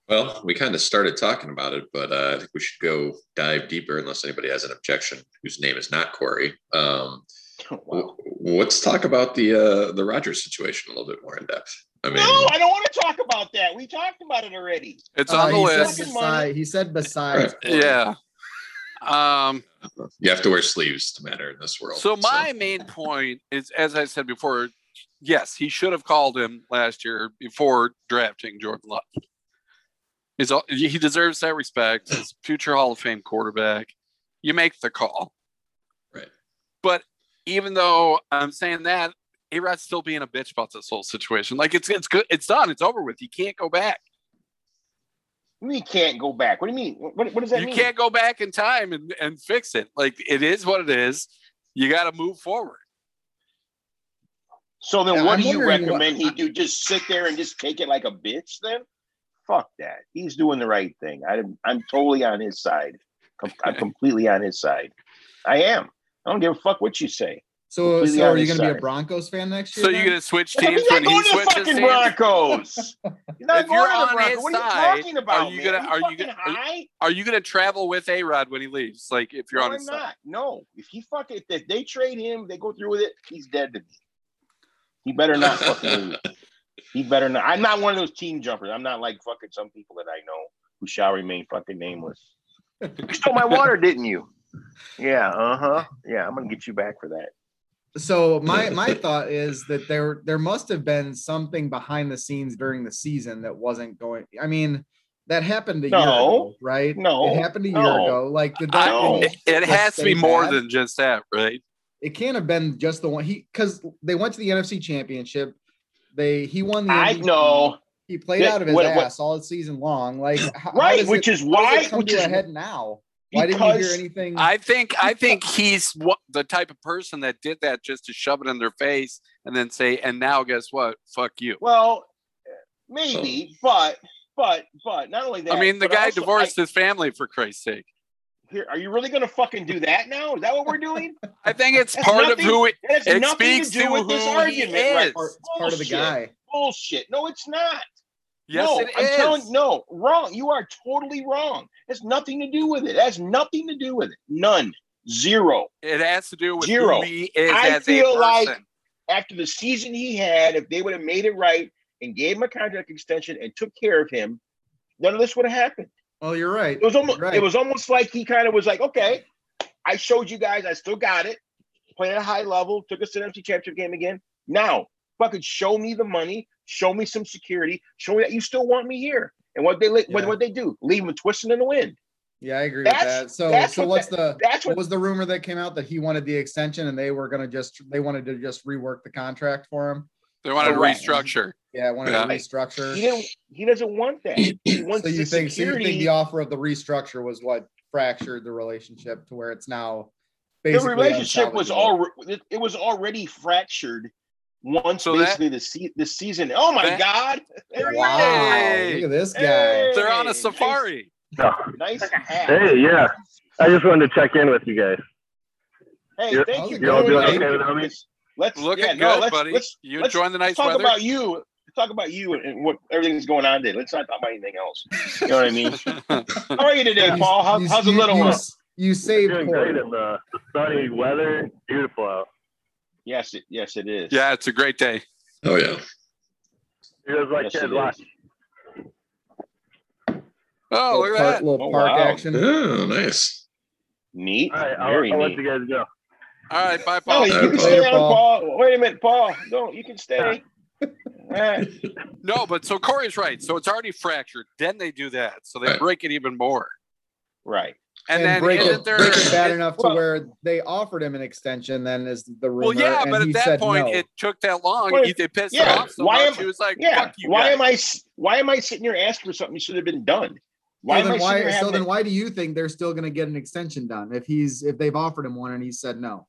Speaker 4: Well, we kind of started talking about it, but uh, I think we should go dive deeper unless anybody has an objection whose name is not Corey. Um,
Speaker 2: <laughs> Wow.
Speaker 4: w- Let's talk about the uh, the Rogers situation a little bit more in depth. I mean,
Speaker 2: No, I don't want to talk about that. We talked about it already.
Speaker 1: It's
Speaker 3: Uh,
Speaker 1: on the
Speaker 3: he said
Speaker 1: list.
Speaker 2: Fucking
Speaker 3: beside- he said
Speaker 2: <laughs>
Speaker 3: besides. Corey.
Speaker 1: Yeah. Um,
Speaker 4: you have to wear sleeves to matter in this world.
Speaker 1: So my main point is, as I said before, yes, he should have called him last year before drafting Jordan Love. He's all, he deserves that respect. He's a future Hall of Fame quarterback. You make the call.
Speaker 4: Right.
Speaker 1: But even though I'm saying that, A Rod's still being a bitch about this whole situation. Like it's it's good. It's done. It's over with. You can't go back.
Speaker 2: You mean can't go back? What do you mean? What, what does that
Speaker 1: you
Speaker 2: mean?
Speaker 1: can't go back in time and, and fix it. Like it is what it is. You got to move forward.
Speaker 2: So then,
Speaker 3: Yeah,
Speaker 2: what
Speaker 3: I'm
Speaker 2: do you
Speaker 3: wondering what-
Speaker 2: recommend he do? Just sit there and just take it like a bitch? Then, fuck that. He's doing the right thing. I'm I'm totally on his side. Com- I'm completely on his side. I am. I don't give a fuck what you say.
Speaker 3: So,
Speaker 2: Completely
Speaker 3: so
Speaker 2: on
Speaker 3: are you
Speaker 2: his
Speaker 3: going to be a
Speaker 2: side.
Speaker 3: Broncos fan next year?
Speaker 1: So you're
Speaker 3: then?
Speaker 1: gonna switch
Speaker 2: He's
Speaker 1: teams when
Speaker 2: not
Speaker 1: he
Speaker 2: going to the
Speaker 1: switches
Speaker 2: fucking
Speaker 1: teams.
Speaker 2: <laughs> Broncos. He's not
Speaker 1: If you're
Speaker 2: going to the
Speaker 1: on
Speaker 2: Broncos.
Speaker 1: his
Speaker 2: What are you
Speaker 1: side,
Speaker 2: talking about?
Speaker 1: are you
Speaker 2: man?
Speaker 1: gonna- are you
Speaker 2: fucking
Speaker 1: gonna- are you-
Speaker 2: high?
Speaker 1: Are you gonna travel with A Rod when he leaves? Like if you're
Speaker 2: no,
Speaker 1: on
Speaker 2: I'm
Speaker 1: his side.
Speaker 2: not. No, if he fuck it, if they trade him, they go through with it. He's dead to me. He better not fucking. <laughs> leave. He better not. I'm not one of those team jumpers. I'm not like fucking some people that I know who shall remain fucking nameless. You stole my water, didn't you? Yeah. Uh huh. Yeah. I'm gonna get you back for that.
Speaker 3: So my my thought is that there there must have been something behind the scenes during the season that wasn't going. I mean, that happened a year
Speaker 2: No.
Speaker 3: ago, right?
Speaker 2: No.
Speaker 3: it happened a year
Speaker 2: No.
Speaker 3: ago. Like the
Speaker 1: I-
Speaker 2: No.
Speaker 1: it, it
Speaker 3: Let's
Speaker 1: has to
Speaker 3: say
Speaker 1: be more
Speaker 3: that.
Speaker 1: than just that, right?
Speaker 3: it can't have been just the one he because they went to the NFC Championship. They he won the.
Speaker 2: I
Speaker 3: MVP.
Speaker 2: know.
Speaker 3: he played
Speaker 2: That-
Speaker 3: out of his
Speaker 2: what- what-
Speaker 3: ass all season long. Like h- how
Speaker 2: Right.
Speaker 3: does
Speaker 2: Which
Speaker 3: it-
Speaker 2: is
Speaker 3: how does it
Speaker 2: why.
Speaker 3: come
Speaker 2: Which
Speaker 3: to
Speaker 2: is
Speaker 3: a head now. Why didn't you hear
Speaker 2: because
Speaker 3: anything?
Speaker 1: I think I think he's what the type of person that did that just to shove it in their face and then say, and now guess what? Fuck you.
Speaker 2: well, maybe, but but but not only that.
Speaker 1: I mean, the
Speaker 2: but
Speaker 1: guy
Speaker 2: also,
Speaker 1: divorced his family for Christ's sake.
Speaker 2: I- here, are you really gonna fucking do that now? Is that what we're doing?
Speaker 1: I think it's
Speaker 2: That's
Speaker 1: part
Speaker 2: nothing-
Speaker 1: of who it,
Speaker 2: It
Speaker 1: <laughs>
Speaker 2: has
Speaker 1: it
Speaker 2: nothing
Speaker 1: speaks
Speaker 2: to
Speaker 1: to
Speaker 2: do with this
Speaker 1: who he
Speaker 2: argument. right?
Speaker 1: is.
Speaker 3: Part- it's part of the
Speaker 2: Bullshit.
Speaker 3: guy.
Speaker 2: Bullshit. No, it's not.
Speaker 1: Yes,
Speaker 2: no,
Speaker 1: it
Speaker 2: I'm
Speaker 1: is.
Speaker 2: telling no, wrong. You are totally wrong. It's nothing to do with it. It has nothing to do with it. None. Zero.
Speaker 1: It has to do with
Speaker 2: Zero.
Speaker 1: who he is
Speaker 2: I
Speaker 1: as a
Speaker 2: feel
Speaker 1: person.
Speaker 2: like- After the season he had, if they would have made it right and gave him a contract extension and took care of him, none of this would have happened.
Speaker 3: well, you're right.
Speaker 2: It was almost
Speaker 3: Right.
Speaker 2: it was almost like he kind of was like, okay, I showed you guys, I still got it. Playing at a high level, took us to the NFC Championship game again. Now, fucking show me the money, show me some security, show me that you still want me here. And what they li- what
Speaker 3: Yeah.
Speaker 2: what they do? Leave him twisting in the wind.
Speaker 3: Yeah, I agree with
Speaker 2: That's-
Speaker 3: that. So,
Speaker 2: that's
Speaker 3: so
Speaker 2: what
Speaker 3: what's the
Speaker 2: That's
Speaker 3: what
Speaker 2: what.
Speaker 3: was the rumor that came out that he wanted the extension and they were gonna just they wanted to just rework the contract for him?
Speaker 1: They wanted to
Speaker 2: Correct.
Speaker 1: restructure.
Speaker 3: Yeah, wanted
Speaker 1: Yeah.
Speaker 3: to restructure.
Speaker 2: He didn't. He doesn't want that. He
Speaker 3: <clears throat>
Speaker 2: wants
Speaker 3: So you
Speaker 2: the
Speaker 3: think so you
Speaker 2: security.
Speaker 3: think the offer of the restructure was what fractured the relationship to where it's now
Speaker 2: the
Speaker 3: basically
Speaker 2: relationship was
Speaker 3: unsalvageable?
Speaker 2: already it, it was already fractured once
Speaker 1: So that-
Speaker 2: basically the se- the season. Oh my
Speaker 1: That-
Speaker 2: God! There he
Speaker 3: Wow!
Speaker 1: Hey!
Speaker 3: Look at this guy.
Speaker 2: Hey!
Speaker 1: They're on a
Speaker 2: Nice.
Speaker 1: safari.
Speaker 5: No.
Speaker 2: is. Nice hat.
Speaker 5: Hey, yeah. I just wanted to check in with you guys.
Speaker 2: Hey,
Speaker 5: You're-
Speaker 2: thank you.
Speaker 3: you're all
Speaker 2: for doing
Speaker 3: doing
Speaker 2: that.
Speaker 5: okay without me?
Speaker 2: Let's
Speaker 1: Looking
Speaker 2: yeah,
Speaker 1: good,
Speaker 2: no, let's,
Speaker 1: buddy.
Speaker 2: Let's,
Speaker 1: you
Speaker 2: let's-
Speaker 1: enjoying the
Speaker 2: let's
Speaker 1: nice
Speaker 2: talk
Speaker 1: weather?
Speaker 2: about you. Let's talk about you and, and what everything that's going on today. Let's not talk about anything else. You know what
Speaker 1: <laughs>
Speaker 2: I mean? How are you today,
Speaker 3: You-
Speaker 2: Paul? How,
Speaker 3: you-
Speaker 2: how's the
Speaker 3: you-
Speaker 2: little
Speaker 3: you,
Speaker 2: one?
Speaker 3: s- You saved
Speaker 5: Doing
Speaker 3: Corey.
Speaker 5: great in the sunny weather. Beautiful out.
Speaker 2: Yes, it, yes,
Speaker 1: <laughs>
Speaker 2: it is.
Speaker 1: yeah, it's a great day.
Speaker 4: Oh yeah.
Speaker 5: It was like
Speaker 2: Yes,
Speaker 5: kids
Speaker 2: it
Speaker 5: watch.
Speaker 2: is.
Speaker 1: Oh, look
Speaker 3: park,
Speaker 1: at that.
Speaker 3: Little
Speaker 2: Oh,
Speaker 3: park
Speaker 2: wow.
Speaker 3: action.
Speaker 2: <laughs>
Speaker 4: Oh, nice.
Speaker 2: Neat.
Speaker 5: All right, I'll,
Speaker 2: Very
Speaker 5: I'll let
Speaker 2: neat.
Speaker 5: you guys go.
Speaker 1: All right, bye,
Speaker 2: No,
Speaker 3: Oh,
Speaker 1: Paul.
Speaker 2: you
Speaker 4: All right,
Speaker 2: can
Speaker 4: Paul.
Speaker 2: stay
Speaker 3: Later,
Speaker 2: on,
Speaker 3: Paul.
Speaker 2: Paul. Wait a minute, Paul. No, you can stay. <laughs> All right.
Speaker 1: No, but so Corey's right. So it's already fractured. Then they do that. So they
Speaker 4: Right.
Speaker 1: break it even more.
Speaker 2: Right.
Speaker 1: And,
Speaker 3: and
Speaker 1: then
Speaker 3: break
Speaker 1: isn't
Speaker 3: it,
Speaker 1: there-
Speaker 3: break it bad enough to
Speaker 2: well-
Speaker 3: where they offered him an extension. Then is the rumor.
Speaker 1: well, yeah,
Speaker 3: and
Speaker 1: but
Speaker 3: he
Speaker 1: at that
Speaker 3: said
Speaker 1: point,
Speaker 3: no.
Speaker 1: it took that long.
Speaker 2: Well,
Speaker 1: He, they pissed
Speaker 2: yeah,
Speaker 1: him off so
Speaker 2: why
Speaker 1: much.
Speaker 2: am-
Speaker 1: He was like,
Speaker 2: Yeah.
Speaker 1: fuck you.
Speaker 2: Why
Speaker 1: guys.
Speaker 2: am I? s- Why am I sitting here asking for something that should have been done? Why
Speaker 3: so
Speaker 2: am I
Speaker 3: then
Speaker 2: sitting
Speaker 3: why?
Speaker 2: here
Speaker 3: So
Speaker 2: having?
Speaker 3: then
Speaker 2: to-
Speaker 3: why do you think they're still going to get an extension done if he's if they've offered him one and he said no?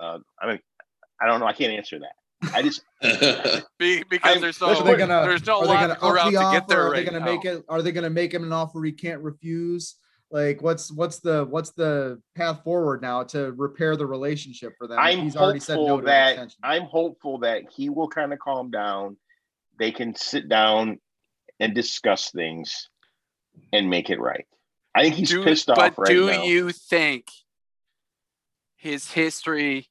Speaker 2: Uh, I mean, I don't know. I can't answer that. I just
Speaker 1: Be, because
Speaker 2: I'm-
Speaker 1: there's
Speaker 2: listen,
Speaker 1: no,
Speaker 3: Are they gonna-
Speaker 1: there's no
Speaker 3: Are they going
Speaker 1: logical route to
Speaker 3: offer?
Speaker 1: get there
Speaker 3: are
Speaker 1: right
Speaker 3: they going to
Speaker 1: now.
Speaker 3: make it? Are they going to make him an offer he can't refuse? Like what's what's the what's the path forward now to repair the relationship for them? if
Speaker 2: I'm
Speaker 3: he's already said no
Speaker 2: hopeful
Speaker 3: to an
Speaker 2: that
Speaker 3: extension?
Speaker 2: I'm hopeful that he will kind of calm down. They can sit down and discuss things and make it right. I think he's
Speaker 1: Do-
Speaker 2: pissed off
Speaker 1: but
Speaker 2: right
Speaker 1: do
Speaker 2: now.
Speaker 1: you think his history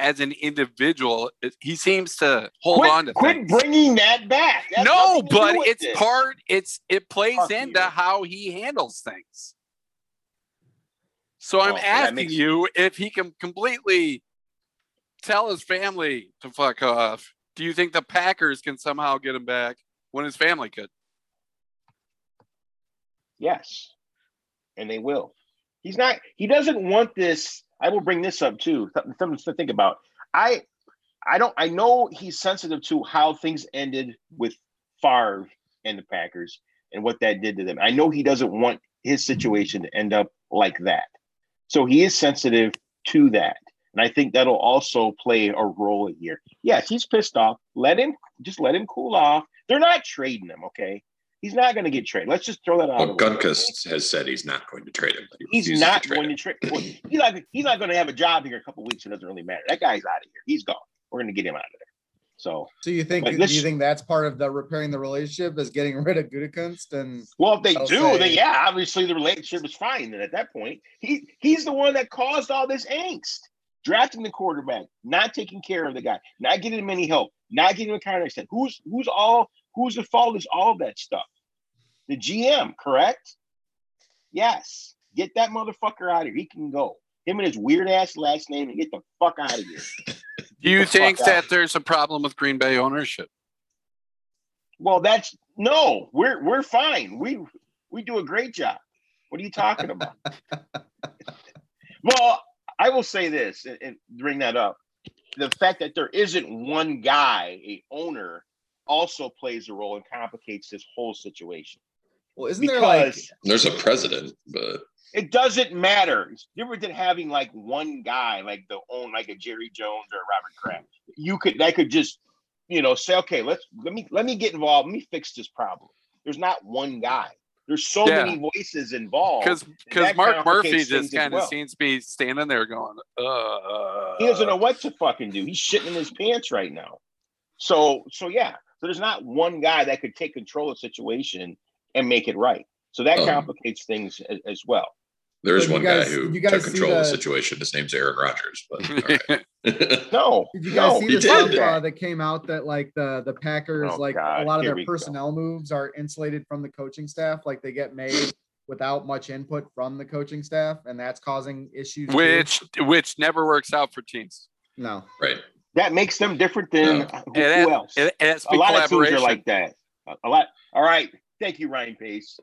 Speaker 1: as an individual, it- he seems to hold on to
Speaker 2: quit quit
Speaker 1: things.
Speaker 2: bringing that back. That's
Speaker 1: no,
Speaker 2: nothing to do
Speaker 1: but
Speaker 2: with
Speaker 1: it's
Speaker 2: this.
Speaker 1: part. It's it plays
Speaker 2: Fuck
Speaker 1: into
Speaker 2: you.
Speaker 1: how he handles things. So I'm
Speaker 2: Well, that
Speaker 1: asking
Speaker 2: makes-
Speaker 1: you if he can completely tell his family to fuck off. Do you think the Packers can somehow get him back? when his family could.
Speaker 2: Yes. And they will. He's not, he doesn't want this. I will bring this up too. Something, something to think about. I I don't I know he's sensitive to how things ended with Favre and the Packers and what that did to them. I know he doesn't want his situation to end up like that. So he is sensitive to that. And I think that'll also play a role here. Yes, he's pissed off. Let him just let him cool off. They're not trading him, okay? He's not going to get traded. Let's just throw that out.
Speaker 4: Well,
Speaker 2: of the way, okay?
Speaker 4: Gunkist has said he's not going to trade him. He
Speaker 2: He's
Speaker 4: refuses
Speaker 2: not
Speaker 4: trade
Speaker 2: going
Speaker 4: him.
Speaker 2: to trade. Well, he's not. He's not going to have a job here in a couple weeks. It doesn't really matter. That guy's out of here. He's gone. We're going to get him out of there. So,
Speaker 3: So you think?
Speaker 2: Like,
Speaker 3: do
Speaker 2: let's-
Speaker 3: you think that's part of the repairing the relationship is getting <laughs> rid of Gutekunst and
Speaker 2: well, if they
Speaker 3: I'll
Speaker 2: do,
Speaker 3: say-
Speaker 2: then yeah, obviously the relationship is fine. Then at that point, he he's the one that caused all this angst. Drafting the quarterback, not taking care of the guy, not getting him any help, not getting him a contract extension. Who's who's all who's the fault is all that stuff? The GM, correct? Yes. Get that motherfucker out of here. He can go. Him and his weird ass last name and get the fuck out of here.
Speaker 1: Do you
Speaker 2: The fuck
Speaker 1: think
Speaker 2: out.
Speaker 1: that there's a problem with Green Bay ownership?
Speaker 2: Well, that's no, we're we're fine. We we do a great job. What are you
Speaker 3: <laughs>
Speaker 2: talking about? well, I will say this and, and bring that up. The fact that there isn't one guy, a owner, also plays a role and complicates this whole situation.
Speaker 3: well, isn't there like
Speaker 2: Because
Speaker 4: There's a president, but
Speaker 2: it doesn't matter. It's different than having like one guy, like the own, like a Jerry Jones or a Robert Kraft. You could that could just, you know, say, okay, let's let me let me get involved. Let me fix this problem. There's not one guy. There's so
Speaker 1: Yeah.
Speaker 2: many voices involved.
Speaker 1: Because
Speaker 2: Oh, that
Speaker 1: Mark Murphy
Speaker 2: complicates things
Speaker 1: just
Speaker 2: as
Speaker 1: kind of
Speaker 2: well.
Speaker 1: seems to be standing there going, uh,
Speaker 2: He doesn't know what to fucking do. He's shitting in his pants right now. So so yeah. So there's not one guy that could take control of the situation and make it right. So that
Speaker 3: Oh.
Speaker 4: Um,
Speaker 2: complicates things as, as well.
Speaker 4: there is
Speaker 3: So you
Speaker 4: one
Speaker 3: guys-
Speaker 4: guy who
Speaker 3: you guys
Speaker 4: took
Speaker 3: see
Speaker 4: control of the
Speaker 3: the-
Speaker 4: situation. His name's Aaron Rodgers.
Speaker 2: <laughs>
Speaker 4: But all right.
Speaker 2: No.
Speaker 3: Did you guys
Speaker 2: no,
Speaker 3: see
Speaker 4: he
Speaker 3: the
Speaker 4: did
Speaker 3: stuff
Speaker 4: that.
Speaker 3: uh, that came out that like the the Packers
Speaker 2: Oh,
Speaker 3: like
Speaker 2: God,
Speaker 3: a lot of
Speaker 2: here we
Speaker 3: their
Speaker 2: go.
Speaker 3: personnel moves are insulated from the coaching staff, like they get made without much input from the coaching staff, and that's causing issues. too?
Speaker 1: <laughs> which which never works out for teams.
Speaker 3: no,
Speaker 4: right. <laughs>
Speaker 2: that makes them different than who,
Speaker 1: It has,
Speaker 2: who else.
Speaker 1: It, it has to
Speaker 2: a
Speaker 1: be
Speaker 2: lot of teams
Speaker 1: collaboration.
Speaker 2: are like that. A- A lot. All right. Thank you, Ryan Pace.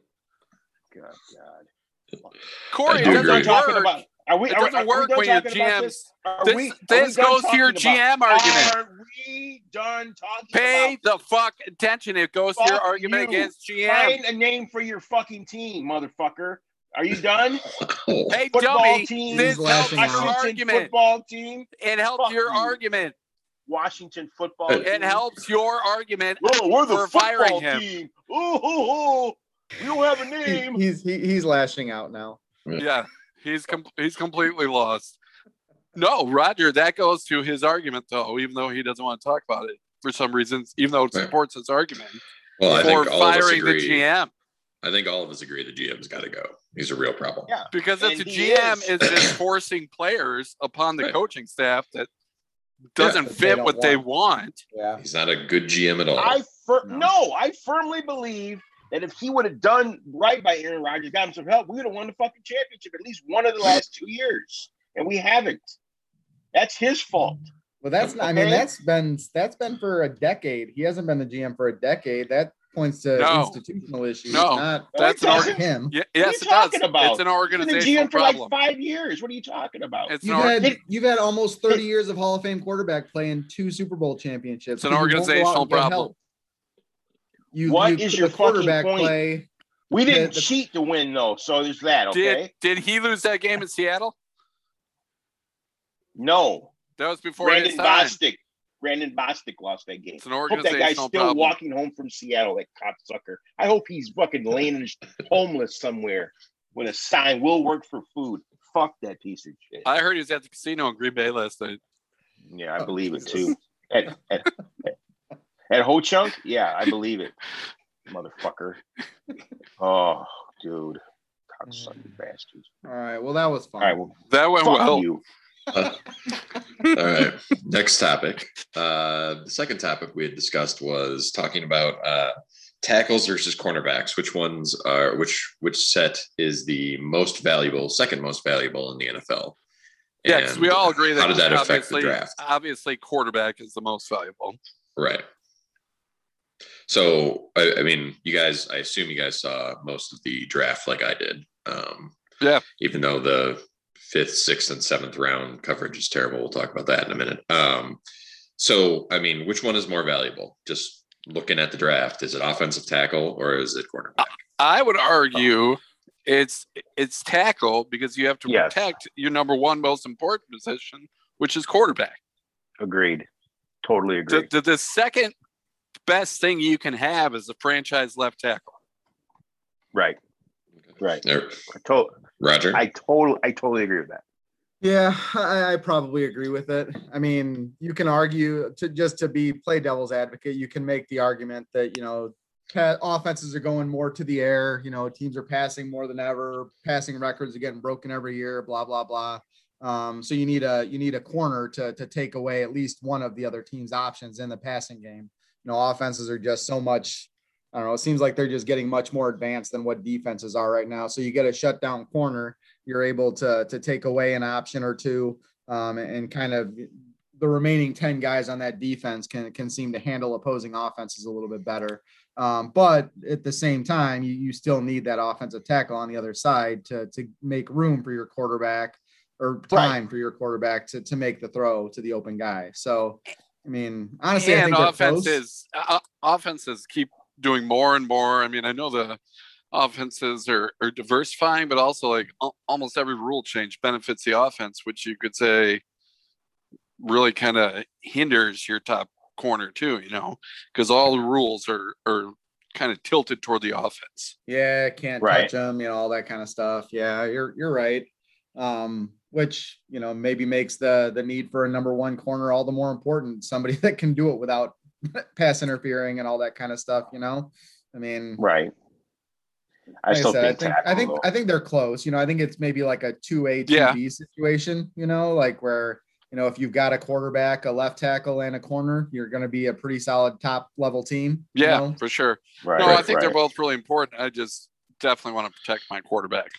Speaker 2: God, God.
Speaker 1: Corey,
Speaker 4: I
Speaker 1: it
Speaker 4: do
Speaker 2: Are we
Speaker 1: doesn't
Speaker 2: done
Speaker 4: agree.
Speaker 2: talking
Speaker 1: work.
Speaker 2: about? Are we?
Speaker 1: It
Speaker 2: are, we-
Speaker 1: doesn't
Speaker 2: are
Speaker 1: work
Speaker 2: we done
Speaker 1: when your
Speaker 2: talking about this?
Speaker 1: GMs.
Speaker 2: Are
Speaker 1: This,
Speaker 2: we, are
Speaker 1: this
Speaker 2: we done
Speaker 1: goes to your
Speaker 2: talking about-
Speaker 1: GM argument.
Speaker 2: Are we done talking
Speaker 1: Pay the fuck attention. It goes to your
Speaker 2: Fuck
Speaker 1: argument
Speaker 2: you.
Speaker 1: against
Speaker 2: about?
Speaker 1: GM.
Speaker 2: Find a name for your fucking team, motherfucker. Are
Speaker 1: <laughs>
Speaker 2: you done?
Speaker 4: Oh,
Speaker 1: Hey,
Speaker 2: Football
Speaker 1: dummy,
Speaker 2: team.
Speaker 1: this
Speaker 3: He's
Speaker 1: helped
Speaker 3: lashing
Speaker 1: your
Speaker 3: out.
Speaker 2: Washington
Speaker 1: argument.
Speaker 2: football team.
Speaker 1: It helped
Speaker 2: Fuck
Speaker 1: your
Speaker 2: you.
Speaker 1: argument.
Speaker 2: Washington football.
Speaker 4: It
Speaker 2: team.
Speaker 1: It helps your argument.
Speaker 2: Oh, we're the
Speaker 1: We're firing
Speaker 2: football
Speaker 1: him.
Speaker 2: team. Ooh, ooh, ooh. We don't have a
Speaker 3: he,
Speaker 2: name.
Speaker 3: he's he, he's lashing out now.
Speaker 1: Yeah, he's com- he's completely lost. No, Roger, that goes to his argument though, even though he doesn't want to talk about it for some reasons, even though it
Speaker 4: Right.
Speaker 1: supports his argument
Speaker 4: well, I
Speaker 1: for
Speaker 4: think all of us
Speaker 1: firing the
Speaker 4: agree.
Speaker 1: GM
Speaker 4: I think all of us agree the GM's got to go. He's a real problem.
Speaker 2: Yeah.
Speaker 1: because if
Speaker 2: And
Speaker 1: the
Speaker 2: he
Speaker 1: GM
Speaker 2: is.
Speaker 1: is. just forcing players upon the
Speaker 4: Right.
Speaker 1: coaching staff that doesn't
Speaker 3: That they
Speaker 1: fit
Speaker 3: don't
Speaker 1: what they want.
Speaker 3: Yeah,
Speaker 4: He's not a good GM at all.
Speaker 2: I fir-
Speaker 3: No.
Speaker 2: no. I firmly believe that if he would have done right by Aaron Rodgers, got him some help, we would have won the fucking championship at least one of the last two years, and we haven't. That's his fault.
Speaker 3: well, that's not, I mean
Speaker 2: Okay.
Speaker 3: that's been that's been for a decade. He hasn't been the GM for a decade. That points to
Speaker 1: No.
Speaker 3: institutional issues,
Speaker 1: No.
Speaker 3: not
Speaker 2: No,
Speaker 1: That's
Speaker 2: he
Speaker 1: an
Speaker 2: doesn't.
Speaker 1: organ-
Speaker 3: him.
Speaker 1: Ye-
Speaker 2: you
Speaker 1: yes, it does.
Speaker 2: talking about?
Speaker 1: It's an
Speaker 2: He's
Speaker 1: organizational
Speaker 2: been the GM for
Speaker 1: problem.
Speaker 2: like five years. What are you talking about?
Speaker 1: it's an
Speaker 3: You've
Speaker 1: or-
Speaker 3: had
Speaker 2: Did-
Speaker 3: you've had almost 30 years of Hall of Fame quarterback play and two Super Bowl championships.
Speaker 1: It's an
Speaker 3: You won't go out and
Speaker 1: organizational
Speaker 3: get help.
Speaker 1: problem.
Speaker 3: You,
Speaker 2: What
Speaker 3: you
Speaker 2: is
Speaker 3: put
Speaker 2: your
Speaker 3: the quarterback
Speaker 2: fucking point?
Speaker 3: play?
Speaker 2: we didn't
Speaker 3: the-
Speaker 2: cheat to win though, so there's that.
Speaker 1: did
Speaker 2: Okay,
Speaker 1: did he lose that game in Seattle?
Speaker 2: no.
Speaker 1: That was before his
Speaker 2: Brandon
Speaker 1: time.
Speaker 2: Bostic. Brandon Bostic lost that game.
Speaker 1: It's an
Speaker 2: hope that guy's
Speaker 1: organizational
Speaker 2: still
Speaker 1: problem.
Speaker 2: walking home from Seattle, that cocksucker. I hope he's fucking laying in- homeless somewhere with a sign, we'll work for food. Fuck that piece of shit.
Speaker 1: I heard he was at the casino in Green Bay last night.
Speaker 2: yeah, I believe it
Speaker 3: Jesus.
Speaker 2: <laughs> too. At, at, at Ho Chunk? Yeah, I believe it. Motherfucker. Oh, dude. Cocksucking bastards.
Speaker 3: All right. Well, that was fun.
Speaker 2: All right, well,
Speaker 1: That went
Speaker 2: fuck
Speaker 1: well.
Speaker 2: you.
Speaker 4: All right. Next topic. Uh, the second topic we had discussed was talking about uh, tackles versus cornerbacks. Which ones are which? Which set is the most valuable? Second most valuable in the NFL.
Speaker 1: Yeah, because we
Speaker 4: And
Speaker 1: all agree that,
Speaker 4: how did that affect the
Speaker 1: obviously,
Speaker 4: draft?
Speaker 1: obviously quarterback is the most valuable.
Speaker 4: Right. So I, I mean, you guys, I assume you guys saw most of the draft like I did. Um,
Speaker 1: Yeah.
Speaker 4: Even though the fifth, sixth, and seventh round coverage is terrible, we'll talk about that in a minute. Um, so I mean, which one is more valuable? Just looking at the draft, is it offensive tackle or is it cornerback?
Speaker 1: I
Speaker 2: Oh.
Speaker 1: would argue it's it's tackle because you have to
Speaker 2: Yes.
Speaker 1: protect your number one most important position, which is quarterback.
Speaker 2: Agreed. Totally
Speaker 1: The,
Speaker 2: agreed.
Speaker 1: the, the second best thing you can have is a franchise left tackle.
Speaker 2: Right. Right.
Speaker 4: There-
Speaker 2: I to-
Speaker 4: Roger.
Speaker 2: I totally I totally agree with that.
Speaker 3: Yeah, I, I probably agree with it. I mean, you can argue to just to be play devil's advocate, you can make the argument that you know pa- offenses are going more to the air. You know, teams are passing more than ever. Passing records are getting broken every year. Blah blah blah. Um, so you need a you need a corner to to take away at least one of the other team's options in the passing game. You know, offenses are just so much. I don't know. It seems like they're just getting much more advanced than what defenses are right now. So you get a shutdown corner you're able to to take away an option or two um, and kind of the remaining 10 guys on that defense can can seem to handle opposing offenses a little bit better um, but at the same time you, you still need that offensive tackle on the other side to to make room for your quarterback or
Speaker 2: Right.
Speaker 3: time for your quarterback to, to make the throw to the open guy so i mean honestly I
Speaker 1: and
Speaker 3: think they're close.
Speaker 1: offenses uh, offenses keep doing more and more. I mean, I know the offenses are, are diversifying, but also like al- almost every rule change benefits the offense, which you could say really kind of hinders your top corner too, you know, because all the rules are are kind of tilted toward the offense.
Speaker 3: Yeah, can't
Speaker 2: Right.
Speaker 3: touch them, you know, all that kind of stuff. Yeah, you're you're right. Um, which you know maybe makes the the need for a number one corner all the more important. Somebody <laughs> that can do it without pass interfering and all that kind of stuff. You know, I mean,
Speaker 2: Right. I
Speaker 3: like
Speaker 2: still
Speaker 3: said,
Speaker 2: think tackle,
Speaker 3: I think
Speaker 2: though.
Speaker 3: I think they're close. You know, I think it's maybe like a two A two
Speaker 1: Yeah.
Speaker 3: B situation. You know, like where you know if you've got a quarterback, a left tackle, and a corner, you're going to be a pretty solid top level team. you
Speaker 1: Yeah,
Speaker 3: know?
Speaker 1: for sure.
Speaker 2: right.
Speaker 1: no, I
Speaker 2: right,
Speaker 1: think they're
Speaker 2: right.
Speaker 1: both really important. I just definitely want to protect my quarterback.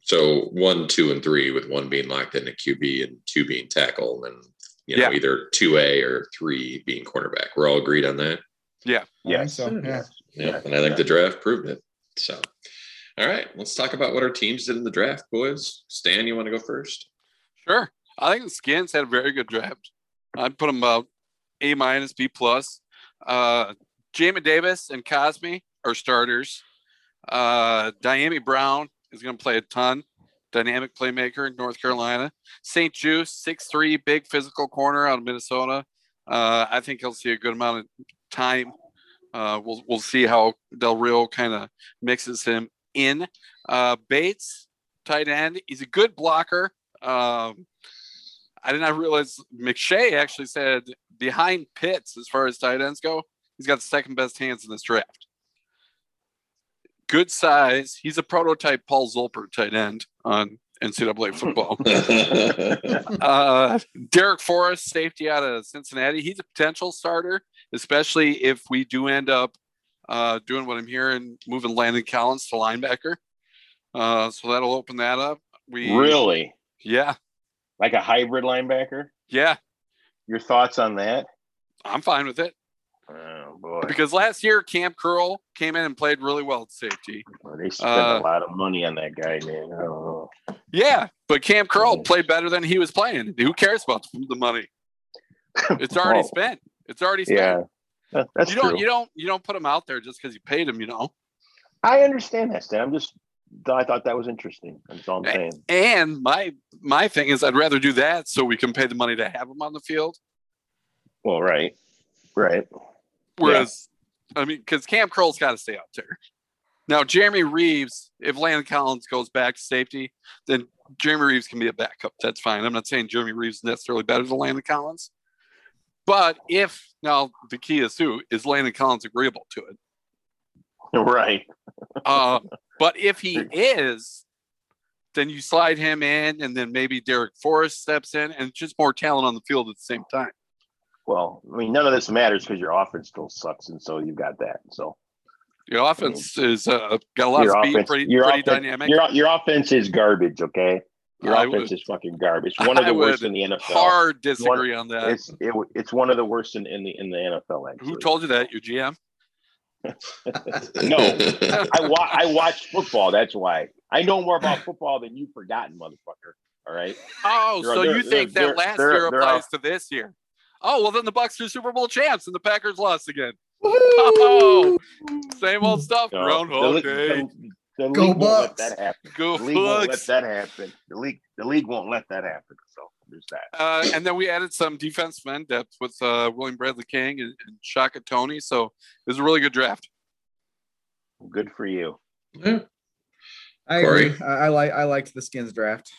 Speaker 4: So one, two, and three, with one being locked into QB and two being tackle, and you know
Speaker 1: Yeah.
Speaker 4: either two A or three being cornerback. We're all agreed on that.
Speaker 3: I think
Speaker 2: Yes.
Speaker 3: so, yeah.
Speaker 2: Yes.
Speaker 4: Yeah,
Speaker 2: Yes.
Speaker 4: and I think
Speaker 2: Yes.
Speaker 4: the draft proved it. So, all right, let's talk about what our teams did in the draft, boys. Stan, you want to go <laughs> first?
Speaker 1: Sure. I think the Skins had a very good draft. I'd put them about A minus, B plus. Uh, Jamin Davis and Cosme are starters. Uh, Diami Brown is going to play a ton. Dynamic playmaker in North Carolina. St. Juice, six three, big physical corner out of Minnesota. Uh, I think he'll see a good amount of time. Uh, we'll, we'll see how Del Rio kind of mixes him in. Uh, Bates, tight end. He's a good blocker. Um, I did not realize McShay actually said behind Pitts as far as tight ends go, he's got the second best hands in this draft. Good size. He's a prototype Paul Zolper tight end on NCAA football. uh, Derek Forrest, safety out of Cincinnati. He's a potential starter, especially if we do end up uh, doing what I'm hearing, moving Landon Collins to linebacker. Uh, so that'll open that up. We
Speaker 2: Really?
Speaker 1: yeah,
Speaker 2: Like a hybrid linebacker?
Speaker 1: yeah,
Speaker 2: Your thoughts on that?
Speaker 1: I'm fine with it
Speaker 2: Oh boy.
Speaker 1: because last year Camp Curl came in and played really well at safety.
Speaker 2: Well, they spent
Speaker 1: uh,
Speaker 2: a lot of money on that guy, man. I don't know.
Speaker 1: Yeah, but Camp
Speaker 2: Mm-hmm.
Speaker 1: Curl played better than he was playing. Who cares about the
Speaker 2: <laughs>
Speaker 1: money? It's already
Speaker 2: Whoa.
Speaker 1: spent. It's already spent.
Speaker 2: Yeah. That- That's
Speaker 1: you don't
Speaker 2: true.
Speaker 1: you don't you don't put him out there just because you paid him, you know.
Speaker 2: I understand that, Stan. I'm just I thought that was interesting. That's all I'm
Speaker 1: Hey.
Speaker 2: saying.
Speaker 1: And my my thing is, I'd rather do that so we can pay the money to have him on the field.
Speaker 2: Well, right. Right. <laughs>
Speaker 1: Whereas, I mean, because Cam Curl's got to stay out there. Now, Jeremy Reeves, if Landon Collins goes back to safety, then Jeremy Reeves can be a backup. That's fine. I'm not saying Jeremy Reeves is necessarily better than Landon Collins. But if now the key is who is Landon Collins agreeable to it?
Speaker 2: Right. <laughs>
Speaker 1: Uh, but if he is, then you slide him in, and then maybe Derek Forrest steps in, and it's just more talent on the field at the same time.
Speaker 2: Well, I mean, none of this matters because your offense still sucks, and so you've got that. So
Speaker 1: Your offense is uh, got a lot
Speaker 2: your
Speaker 1: of speed,
Speaker 2: offense,
Speaker 1: pretty,
Speaker 2: your,
Speaker 1: pretty
Speaker 2: offense
Speaker 1: dynamic.
Speaker 2: your your offense is garbage. Okay, your
Speaker 1: I
Speaker 2: offense
Speaker 1: would
Speaker 2: is fucking garbage. One of
Speaker 1: I
Speaker 2: the worst
Speaker 1: would
Speaker 2: in the NFL.
Speaker 1: hard disagree on that.
Speaker 2: It's it, it's one of the worst in, in the in the NFL. Actually.
Speaker 1: Who told you that? Your GM?
Speaker 4: <laughs>
Speaker 2: No. I wa- I watch football. That's why I know more about football than you, forgotten motherfucker. All right.
Speaker 1: Oh,
Speaker 2: They're-
Speaker 1: so
Speaker 2: they're-
Speaker 1: you think
Speaker 2: they're-
Speaker 1: that last
Speaker 2: they're-
Speaker 1: year
Speaker 2: they're
Speaker 1: applies
Speaker 2: off.
Speaker 1: to this year? Oh well, then the Bucks are Super Bowl champs and the Packers lost again. Oh,
Speaker 3: Woohoo!
Speaker 1: Same old stuff.
Speaker 2: No.
Speaker 1: Groundhog
Speaker 2: the,
Speaker 1: Day.
Speaker 2: le- the, the
Speaker 3: Go
Speaker 2: league won't
Speaker 3: Bucks.
Speaker 2: let that happen.
Speaker 1: Go
Speaker 2: The league won't let
Speaker 1: Bucks.
Speaker 2: that happen. The league the league won't let that happen. So there's that.
Speaker 1: Uh, and then we added some defenseman depth with uh, William Bradley King and, and Shaka Tony. So it was a really good draft.
Speaker 2: Good for you.
Speaker 4: Yeah.
Speaker 3: I agree.
Speaker 4: Corey?
Speaker 3: I, I like I liked the skins draft.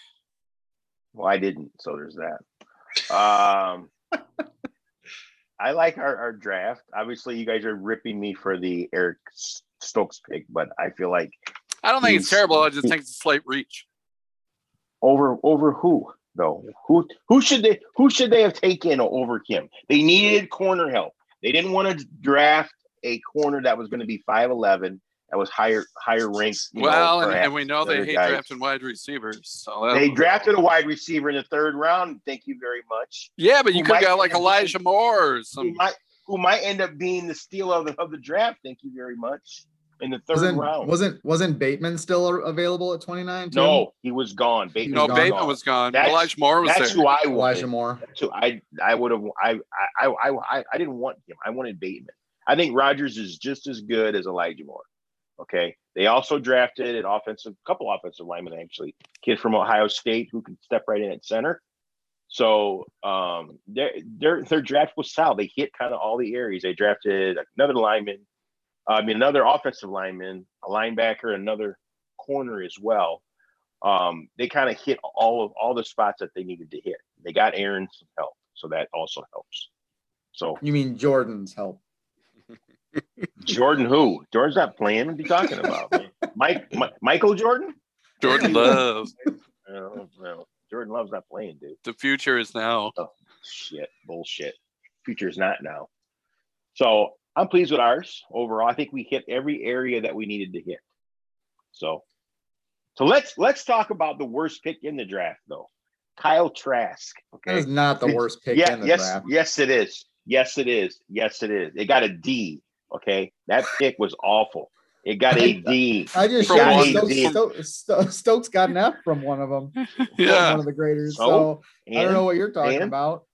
Speaker 2: Well, I didn't. So there's that. Um, I like our, our draft. Obviously, you guys are ripping me for the Eric S- Stokes pick, but I feel like
Speaker 1: I don't think it's
Speaker 2: He's-
Speaker 1: terrible. I just think it's a slight reach.
Speaker 2: over over who though? Who who should they who should they have taken over him? They needed corner help. They didn't want to draft a corner that was going to be five eleven that was higher higher ranked. you know,
Speaker 1: Well, and,
Speaker 2: perhaps
Speaker 1: and we know
Speaker 2: the
Speaker 1: they
Speaker 2: other
Speaker 1: hate
Speaker 2: guys.
Speaker 1: drafting wide receivers. So that-
Speaker 2: They drafted a wide receiver in the third round. Thank you very much.
Speaker 1: yeah, but you
Speaker 2: who
Speaker 1: could
Speaker 2: might
Speaker 1: got like
Speaker 2: have been-
Speaker 1: Elijah Moore or
Speaker 2: Who
Speaker 1: some.
Speaker 2: might who might end up being the steal of the, of the draft. Thank you very much in the 3rd
Speaker 3: Wasn't
Speaker 2: round.
Speaker 3: wasn't wasn't Bateman still a- available at 29? too?
Speaker 2: no, he was gone. Bateman
Speaker 1: No,
Speaker 3: gone.
Speaker 1: Bateman was gone.
Speaker 2: That's-
Speaker 1: Elijah Moore was
Speaker 2: That's
Speaker 1: there.
Speaker 2: who I wanted.
Speaker 3: Elijah Moore.
Speaker 2: So I I would have I I, I I I didn't want him. I wanted Bateman. I think Rodgers is just as good as Elijah Moore. Okay. They also drafted an offensive couple offensive linemen actually, kid from Ohio State who can step right in at center. So um their their their draft was solid. They hit kind of all the areas. They drafted another lineman, I mean another offensive lineman, a linebacker, another corner as well um, they kind of hit all of all the spots that they needed to hit. They got Aaron some help, so that also helps. So
Speaker 3: You mean Jordan's help?
Speaker 2: Jordan, who Jordan's not playing. What are you talking
Speaker 3: <laughs>
Speaker 2: about? man? Mike, Mi- Michael Jordan.
Speaker 1: Jordan Love.
Speaker 2: I don't know. Jordan Love's not playing, dude.
Speaker 1: The future is
Speaker 2: <laughs>
Speaker 1: now.
Speaker 2: Shit, bullshit. Future's not now. So I'm pleased with ours overall. I think we hit every area that we needed to hit. So, so let's let's talk about the worst pick in the draft, though. Kyle Trask. Okay.
Speaker 3: That is not the worst pick
Speaker 2: yeah,
Speaker 3: in the
Speaker 2: yes,
Speaker 3: draft.
Speaker 2: yes, it is. Yes, it is. Yes, it is. It got a D. Okay, that pick was awful. It got a D.
Speaker 3: I just
Speaker 1: From
Speaker 3: showed
Speaker 2: one
Speaker 3: you Stokes,
Speaker 2: team.
Speaker 3: Stokes, Sto- Stokes got an F from one of them. One
Speaker 1: Yeah.
Speaker 3: of the graders. So <laughs>
Speaker 2: So,
Speaker 3: I don't know
Speaker 2: And,
Speaker 3: what you're talking
Speaker 2: and-
Speaker 3: about.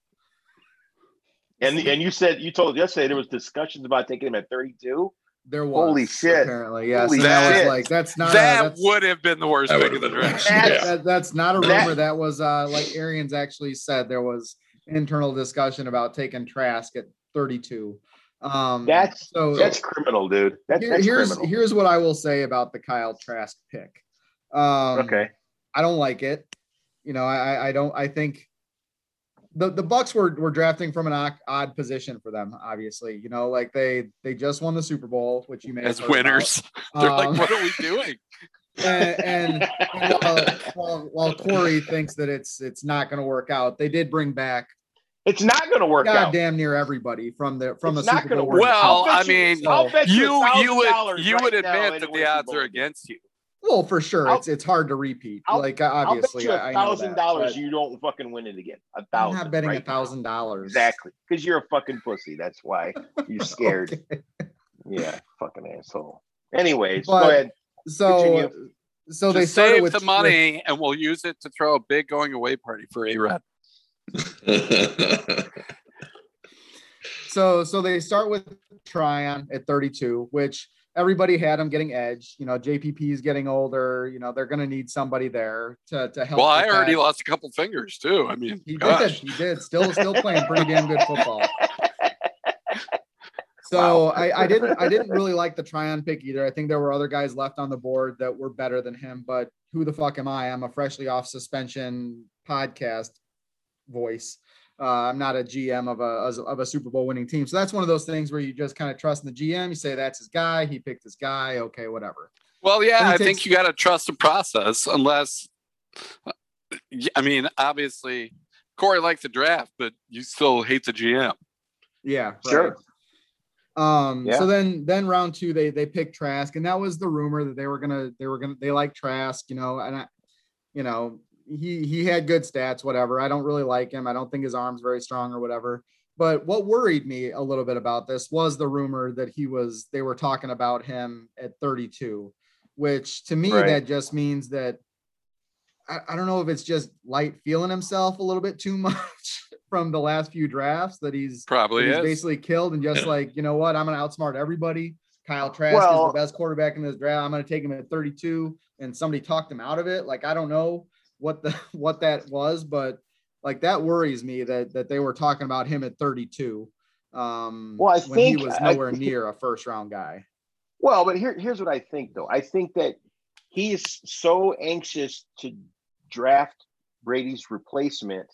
Speaker 2: and and you said you told us yesterday there was discussions about taking him at thirty-two.
Speaker 3: There was
Speaker 2: Holy shit.
Speaker 3: apparently. Yeah.
Speaker 2: Holy
Speaker 3: so that was
Speaker 2: shit.
Speaker 3: like that's not a- <laughs>
Speaker 1: that
Speaker 3: that's,
Speaker 1: would have been the worst
Speaker 4: That
Speaker 1: pick of
Speaker 4: would've
Speaker 1: the
Speaker 4: been the
Speaker 3: <laughs>
Speaker 1: draft.
Speaker 4: worst. Yeah.
Speaker 3: that, that's not a
Speaker 2: That-
Speaker 3: rumor. That was uh like Arians actually said there was internal discussion about taking Trask at 32. Um
Speaker 2: That's-
Speaker 3: so
Speaker 2: That's criminal, dude. That's,
Speaker 3: here-
Speaker 2: that's
Speaker 3: here's
Speaker 2: criminal.
Speaker 3: here's what I will say about the Kyle Trask pick. Um
Speaker 2: okay.
Speaker 3: I don't like it. You know, I I- I don't. I think the the Bucks were were drafting from an odd, odd position for them. Obviously, you know, like they they just won the Super Bowl, which you may have
Speaker 1: As
Speaker 3: heard about. <laughs>
Speaker 1: winners, <laughs> they're
Speaker 3: Um,
Speaker 1: like, what are we
Speaker 2: <laughs>
Speaker 1: doing?
Speaker 3: and, and while, while, while Corey thinks that it's it's not going to work out, they did bring back
Speaker 2: It's not going to work out.
Speaker 3: goddamn near everybody from the from
Speaker 2: It's
Speaker 3: the
Speaker 2: not
Speaker 3: Super Bowl.
Speaker 2: gonna work
Speaker 1: Well,
Speaker 2: I'll bet
Speaker 1: I
Speaker 2: you-
Speaker 1: mean,
Speaker 2: I'll bet you
Speaker 1: you you would
Speaker 2: $1,000
Speaker 1: you would
Speaker 2: right now
Speaker 1: admit
Speaker 2: it
Speaker 1: that the
Speaker 2: wins
Speaker 1: odds
Speaker 2: Bowl
Speaker 1: are
Speaker 2: game.
Speaker 1: against you.
Speaker 3: well, for sure,
Speaker 2: I'll-
Speaker 3: it's it's hard to repeat.
Speaker 2: I'll-
Speaker 3: like
Speaker 2: I'll bet
Speaker 3: obviously,
Speaker 2: you
Speaker 3: I,
Speaker 2: a
Speaker 3: I know
Speaker 2: thousand
Speaker 3: that,
Speaker 2: dollars
Speaker 3: but
Speaker 2: you don't fucking win it again. A
Speaker 3: I'm
Speaker 2: thousand.
Speaker 3: not betting a
Speaker 2: right?
Speaker 3: thousand dollars
Speaker 2: Exactly, because you're a fucking pussy. That's
Speaker 3: <laughs>
Speaker 2: why you're scared. Yeah, fucking asshole. Anyways,
Speaker 3: But-
Speaker 2: go ahead.
Speaker 3: So, so they
Speaker 1: Just
Speaker 3: started
Speaker 1: save
Speaker 3: with
Speaker 1: the money and we'll use it to throw a big going away party for A Rod.
Speaker 3: with- so, so they start with Tryon at 32, which everybody had him getting edge. You know, JPP is getting older. You know, they're going to need somebody there to to help.
Speaker 1: Well, I
Speaker 3: with
Speaker 1: already
Speaker 3: that.
Speaker 1: lost a couple fingers too. I mean,
Speaker 3: He did.
Speaker 1: gosh.
Speaker 3: He did. Still, still playing pretty damn good football. So
Speaker 2: Wow.
Speaker 3: I, I didn't I didn't really like the Tryon pick either. I think there were other guys left on the board that were better than him, but who the fuck am I? I'm a freshly off suspension podcast voice. Uh, I'm not a GM of a of a Super Bowl winning team. So that's one of those things where you just kind of trust in the GM. You say that's his guy. He picked his guy. Okay, whatever.
Speaker 1: Well, yeah,
Speaker 3: And he
Speaker 1: I
Speaker 3: takes-
Speaker 1: think you got to trust the process, unless, uh, I mean, obviously, Corey liked the draft, but you still hate the GM.
Speaker 3: Yeah, right.
Speaker 2: Sure.
Speaker 3: Um,
Speaker 2: Yeah.
Speaker 3: so then then round two, they they picked Trask, and that was the rumor that they were gonna they were gonna they like Trask, you know, and I you know, he he had good stats, whatever. I don't really like him. I don't think his arm's very strong or whatever. But what worried me a little bit about this was the rumor that he was they were talking about him at 32, which to me
Speaker 2: Right.
Speaker 3: that just means that I, I don't know if it's just light feeling himself a little bit too <laughs> much from the last few drafts that he's
Speaker 1: Probably
Speaker 3: he's
Speaker 1: is.
Speaker 3: basically killed and just
Speaker 4: Yeah.
Speaker 3: like, you know what, I'm gonna outsmart everybody. Kyle Trask is
Speaker 5: Well-
Speaker 3: the best quarterback in this draft. I'm gonna take him at 32, and somebody talked him out of it. Like I don't know what the <laughs> what that was, but like that worries me that that they were talking about him at 32. Um,
Speaker 2: Well, I
Speaker 3: when
Speaker 2: think-
Speaker 3: he was
Speaker 2: I-
Speaker 3: nowhere near a first round guy.
Speaker 2: Well, but here, here's what I think though. I think that he is so anxious to draft Brady's replacement,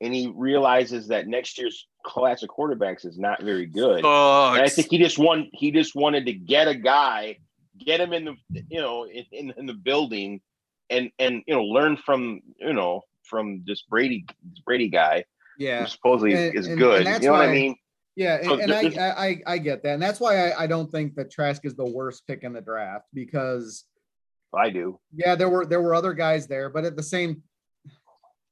Speaker 2: and he realizes that next year's class of quarterbacks is not very good. And I
Speaker 1: Sucks.
Speaker 2: think he just won. He just wanted to get a guy, get him in the you know in, in, in the building, and and you know learn from you know from this Brady this Brady guy
Speaker 3: Yeah,
Speaker 2: who supposedly
Speaker 3: And-
Speaker 2: is
Speaker 3: and-
Speaker 2: good.
Speaker 3: and that's
Speaker 2: you know what I
Speaker 3: why-
Speaker 2: mean?
Speaker 3: Yeah, and,
Speaker 2: So
Speaker 3: and
Speaker 2: th-
Speaker 3: I, I I- I get that, and that's why I, I don't think that Trask is the worst pick in the draft because
Speaker 2: I do.
Speaker 3: yeah, there were there were other guys there, but at the same,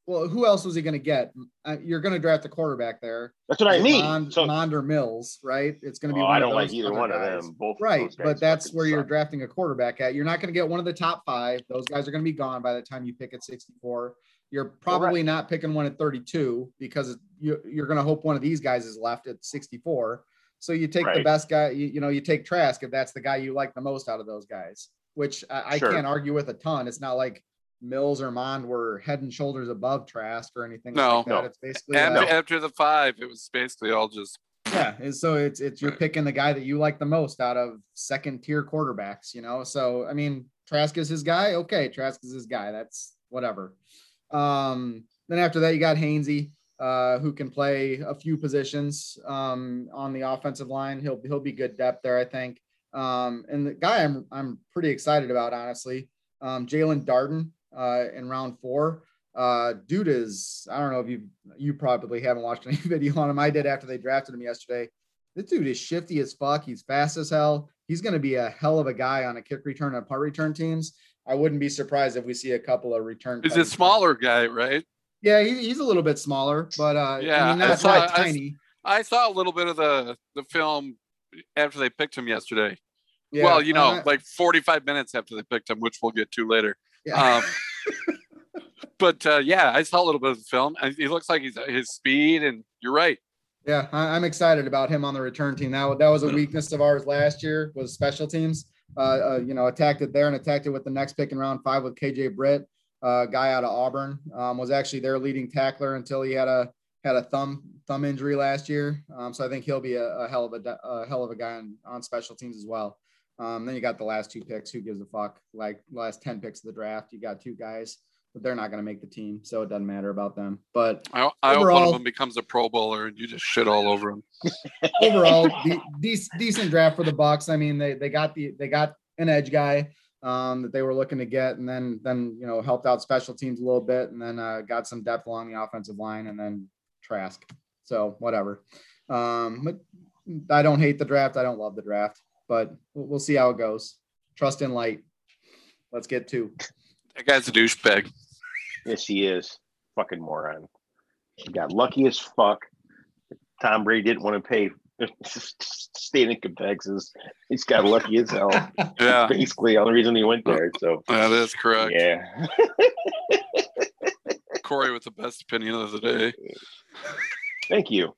Speaker 3: well, who else was he going to get? Uh, You're going to draft a quarterback there.
Speaker 2: That's what I
Speaker 3: Is it
Speaker 2: mean.
Speaker 3: Mond,
Speaker 2: so
Speaker 3: Mond or Mills, right? It's going to be.
Speaker 2: Oh,
Speaker 3: one
Speaker 2: I
Speaker 3: of
Speaker 2: don't like
Speaker 3: those
Speaker 2: either
Speaker 3: other
Speaker 2: one of
Speaker 3: guys.
Speaker 2: them. Both of
Speaker 3: Right,
Speaker 2: those guys
Speaker 3: but that's
Speaker 2: fucking
Speaker 3: where you're
Speaker 2: suck.
Speaker 3: drafting a quarterback at. You're not going to get one of the top five. Those guys are going to be gone by the time you pick at 64. You're probably not picking one at 32 because you, you're going to hope one of these guys is left at 64. So you take the
Speaker 2: Right.
Speaker 3: best guy. You, you know, you take Trask if that's the guy you like the most out of those guys, which I, I
Speaker 2: Sure.
Speaker 3: can't argue with a ton. It's not like Mills or Mond were head and shoulders above Trask or anything
Speaker 1: No.
Speaker 3: like that.
Speaker 2: No.
Speaker 3: It's basically
Speaker 1: After,
Speaker 3: uh,
Speaker 1: after the five, it was basically all just
Speaker 3: yeah, and so it's it's you're
Speaker 4: Right.
Speaker 3: picking the guy that you like the most out of second tier quarterbacks, you know. So I mean, Trask is his guy. Okay, Trask is his guy. That's whatever. Um, then after that, you got Hainsey, uh, who can play a few positions um, on the offensive line. He'll he'll be good depth there, I think. Um, and the guy I'm I'm pretty excited about, honestly, um, Jalen Darden uh, in round four. Uh, dude is I don't know if you you probably haven't watched any <laughs> video on him. I did after they drafted him yesterday. This dude is shifty as fuck. He's fast as hell. He's going to be a hell of a guy on a kick return and punt return teams. I wouldn't be surprised if we see a couple of return.
Speaker 1: He's
Speaker 3: punt
Speaker 1: a
Speaker 3: returns.
Speaker 1: smaller guy, right?
Speaker 3: Yeah, he, he's a little bit smaller, but uh, yeah,
Speaker 1: Yeah,
Speaker 3: I mean,
Speaker 1: I
Speaker 3: not,
Speaker 1: saw-
Speaker 3: not
Speaker 1: I s-
Speaker 3: tiny.
Speaker 1: I saw a little bit of the the film after they picked him yesterday.
Speaker 3: Yeah,
Speaker 1: well, you know,
Speaker 3: uh,
Speaker 1: like 45 minutes after they picked him, which we'll get to later.
Speaker 3: yeah.
Speaker 1: Um, but uh, yeah, I saw a little bit of the film. and He looks like he's his speed, and you're right.
Speaker 3: Yeah, I, I'm excited about him on the return team. Now that was a weakness of ours last year was special teams. Uh, uh, you know, attacked it there and attacked it with the next pick in round five with KJ Britt, uh, guy out of Auburn, um, was actually their leading tackler until he had a had a thumb thumb injury last year. Um, so I think he'll be a, a hell of a, d- a hell of a guy on, on special teams as well. Um, then you got the last two picks. Who gives a fuck? Like last ten picks of the draft, you got two guys, but they're not going to make the team, so it doesn't matter about them. But
Speaker 1: I, I hope one
Speaker 3: Overall-
Speaker 1: of them becomes a Pro Bowler, and you just shit all over him.
Speaker 3: overall de- dec- decent draft for the Bucks. I mean, they they got the they got an edge guy um, that they were looking to get, and then then you know helped out special teams a little bit, and then uh, got some depth along the offensive line, and then Trask. So whatever. Um, but I don't hate the draft. I don't love the draft, but we'll, we'll see how it goes. Trust in light. Let's get to.
Speaker 1: That guy's a douchebag.
Speaker 2: Yes, he is. Fucking moron. He got lucky as fuck. Tom Brady didn't want to pay <laughs> state income taxes. He's got lucky as
Speaker 4: <laughs>
Speaker 2: hell.
Speaker 1: Yeah,
Speaker 2: Basically, the only reason he went there. So,
Speaker 1: that is correct.
Speaker 2: yeah. <laughs>
Speaker 1: Corey with the best opinion of the day.
Speaker 2: Thank you.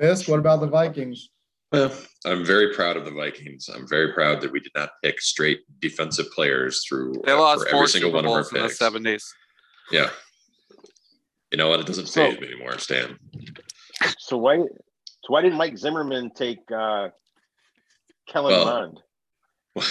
Speaker 3: Fisk, what about the Vikings?
Speaker 4: Well, I'm very proud of the Vikings. I'm very proud that we did not pick straight defensive players through
Speaker 1: They
Speaker 4: uh,
Speaker 1: lost
Speaker 4: for
Speaker 1: four
Speaker 4: every single
Speaker 1: Super
Speaker 4: one of our
Speaker 1: Bowls in the
Speaker 4: picks.
Speaker 1: seven days.
Speaker 4: Yeah. You know what? It doesn't
Speaker 2: So-
Speaker 4: phase me anymore, Stan.
Speaker 2: So why? So why didn't Mike Zimmerman take uh, Kellen
Speaker 4: Well-
Speaker 2: Mond?
Speaker 4: well,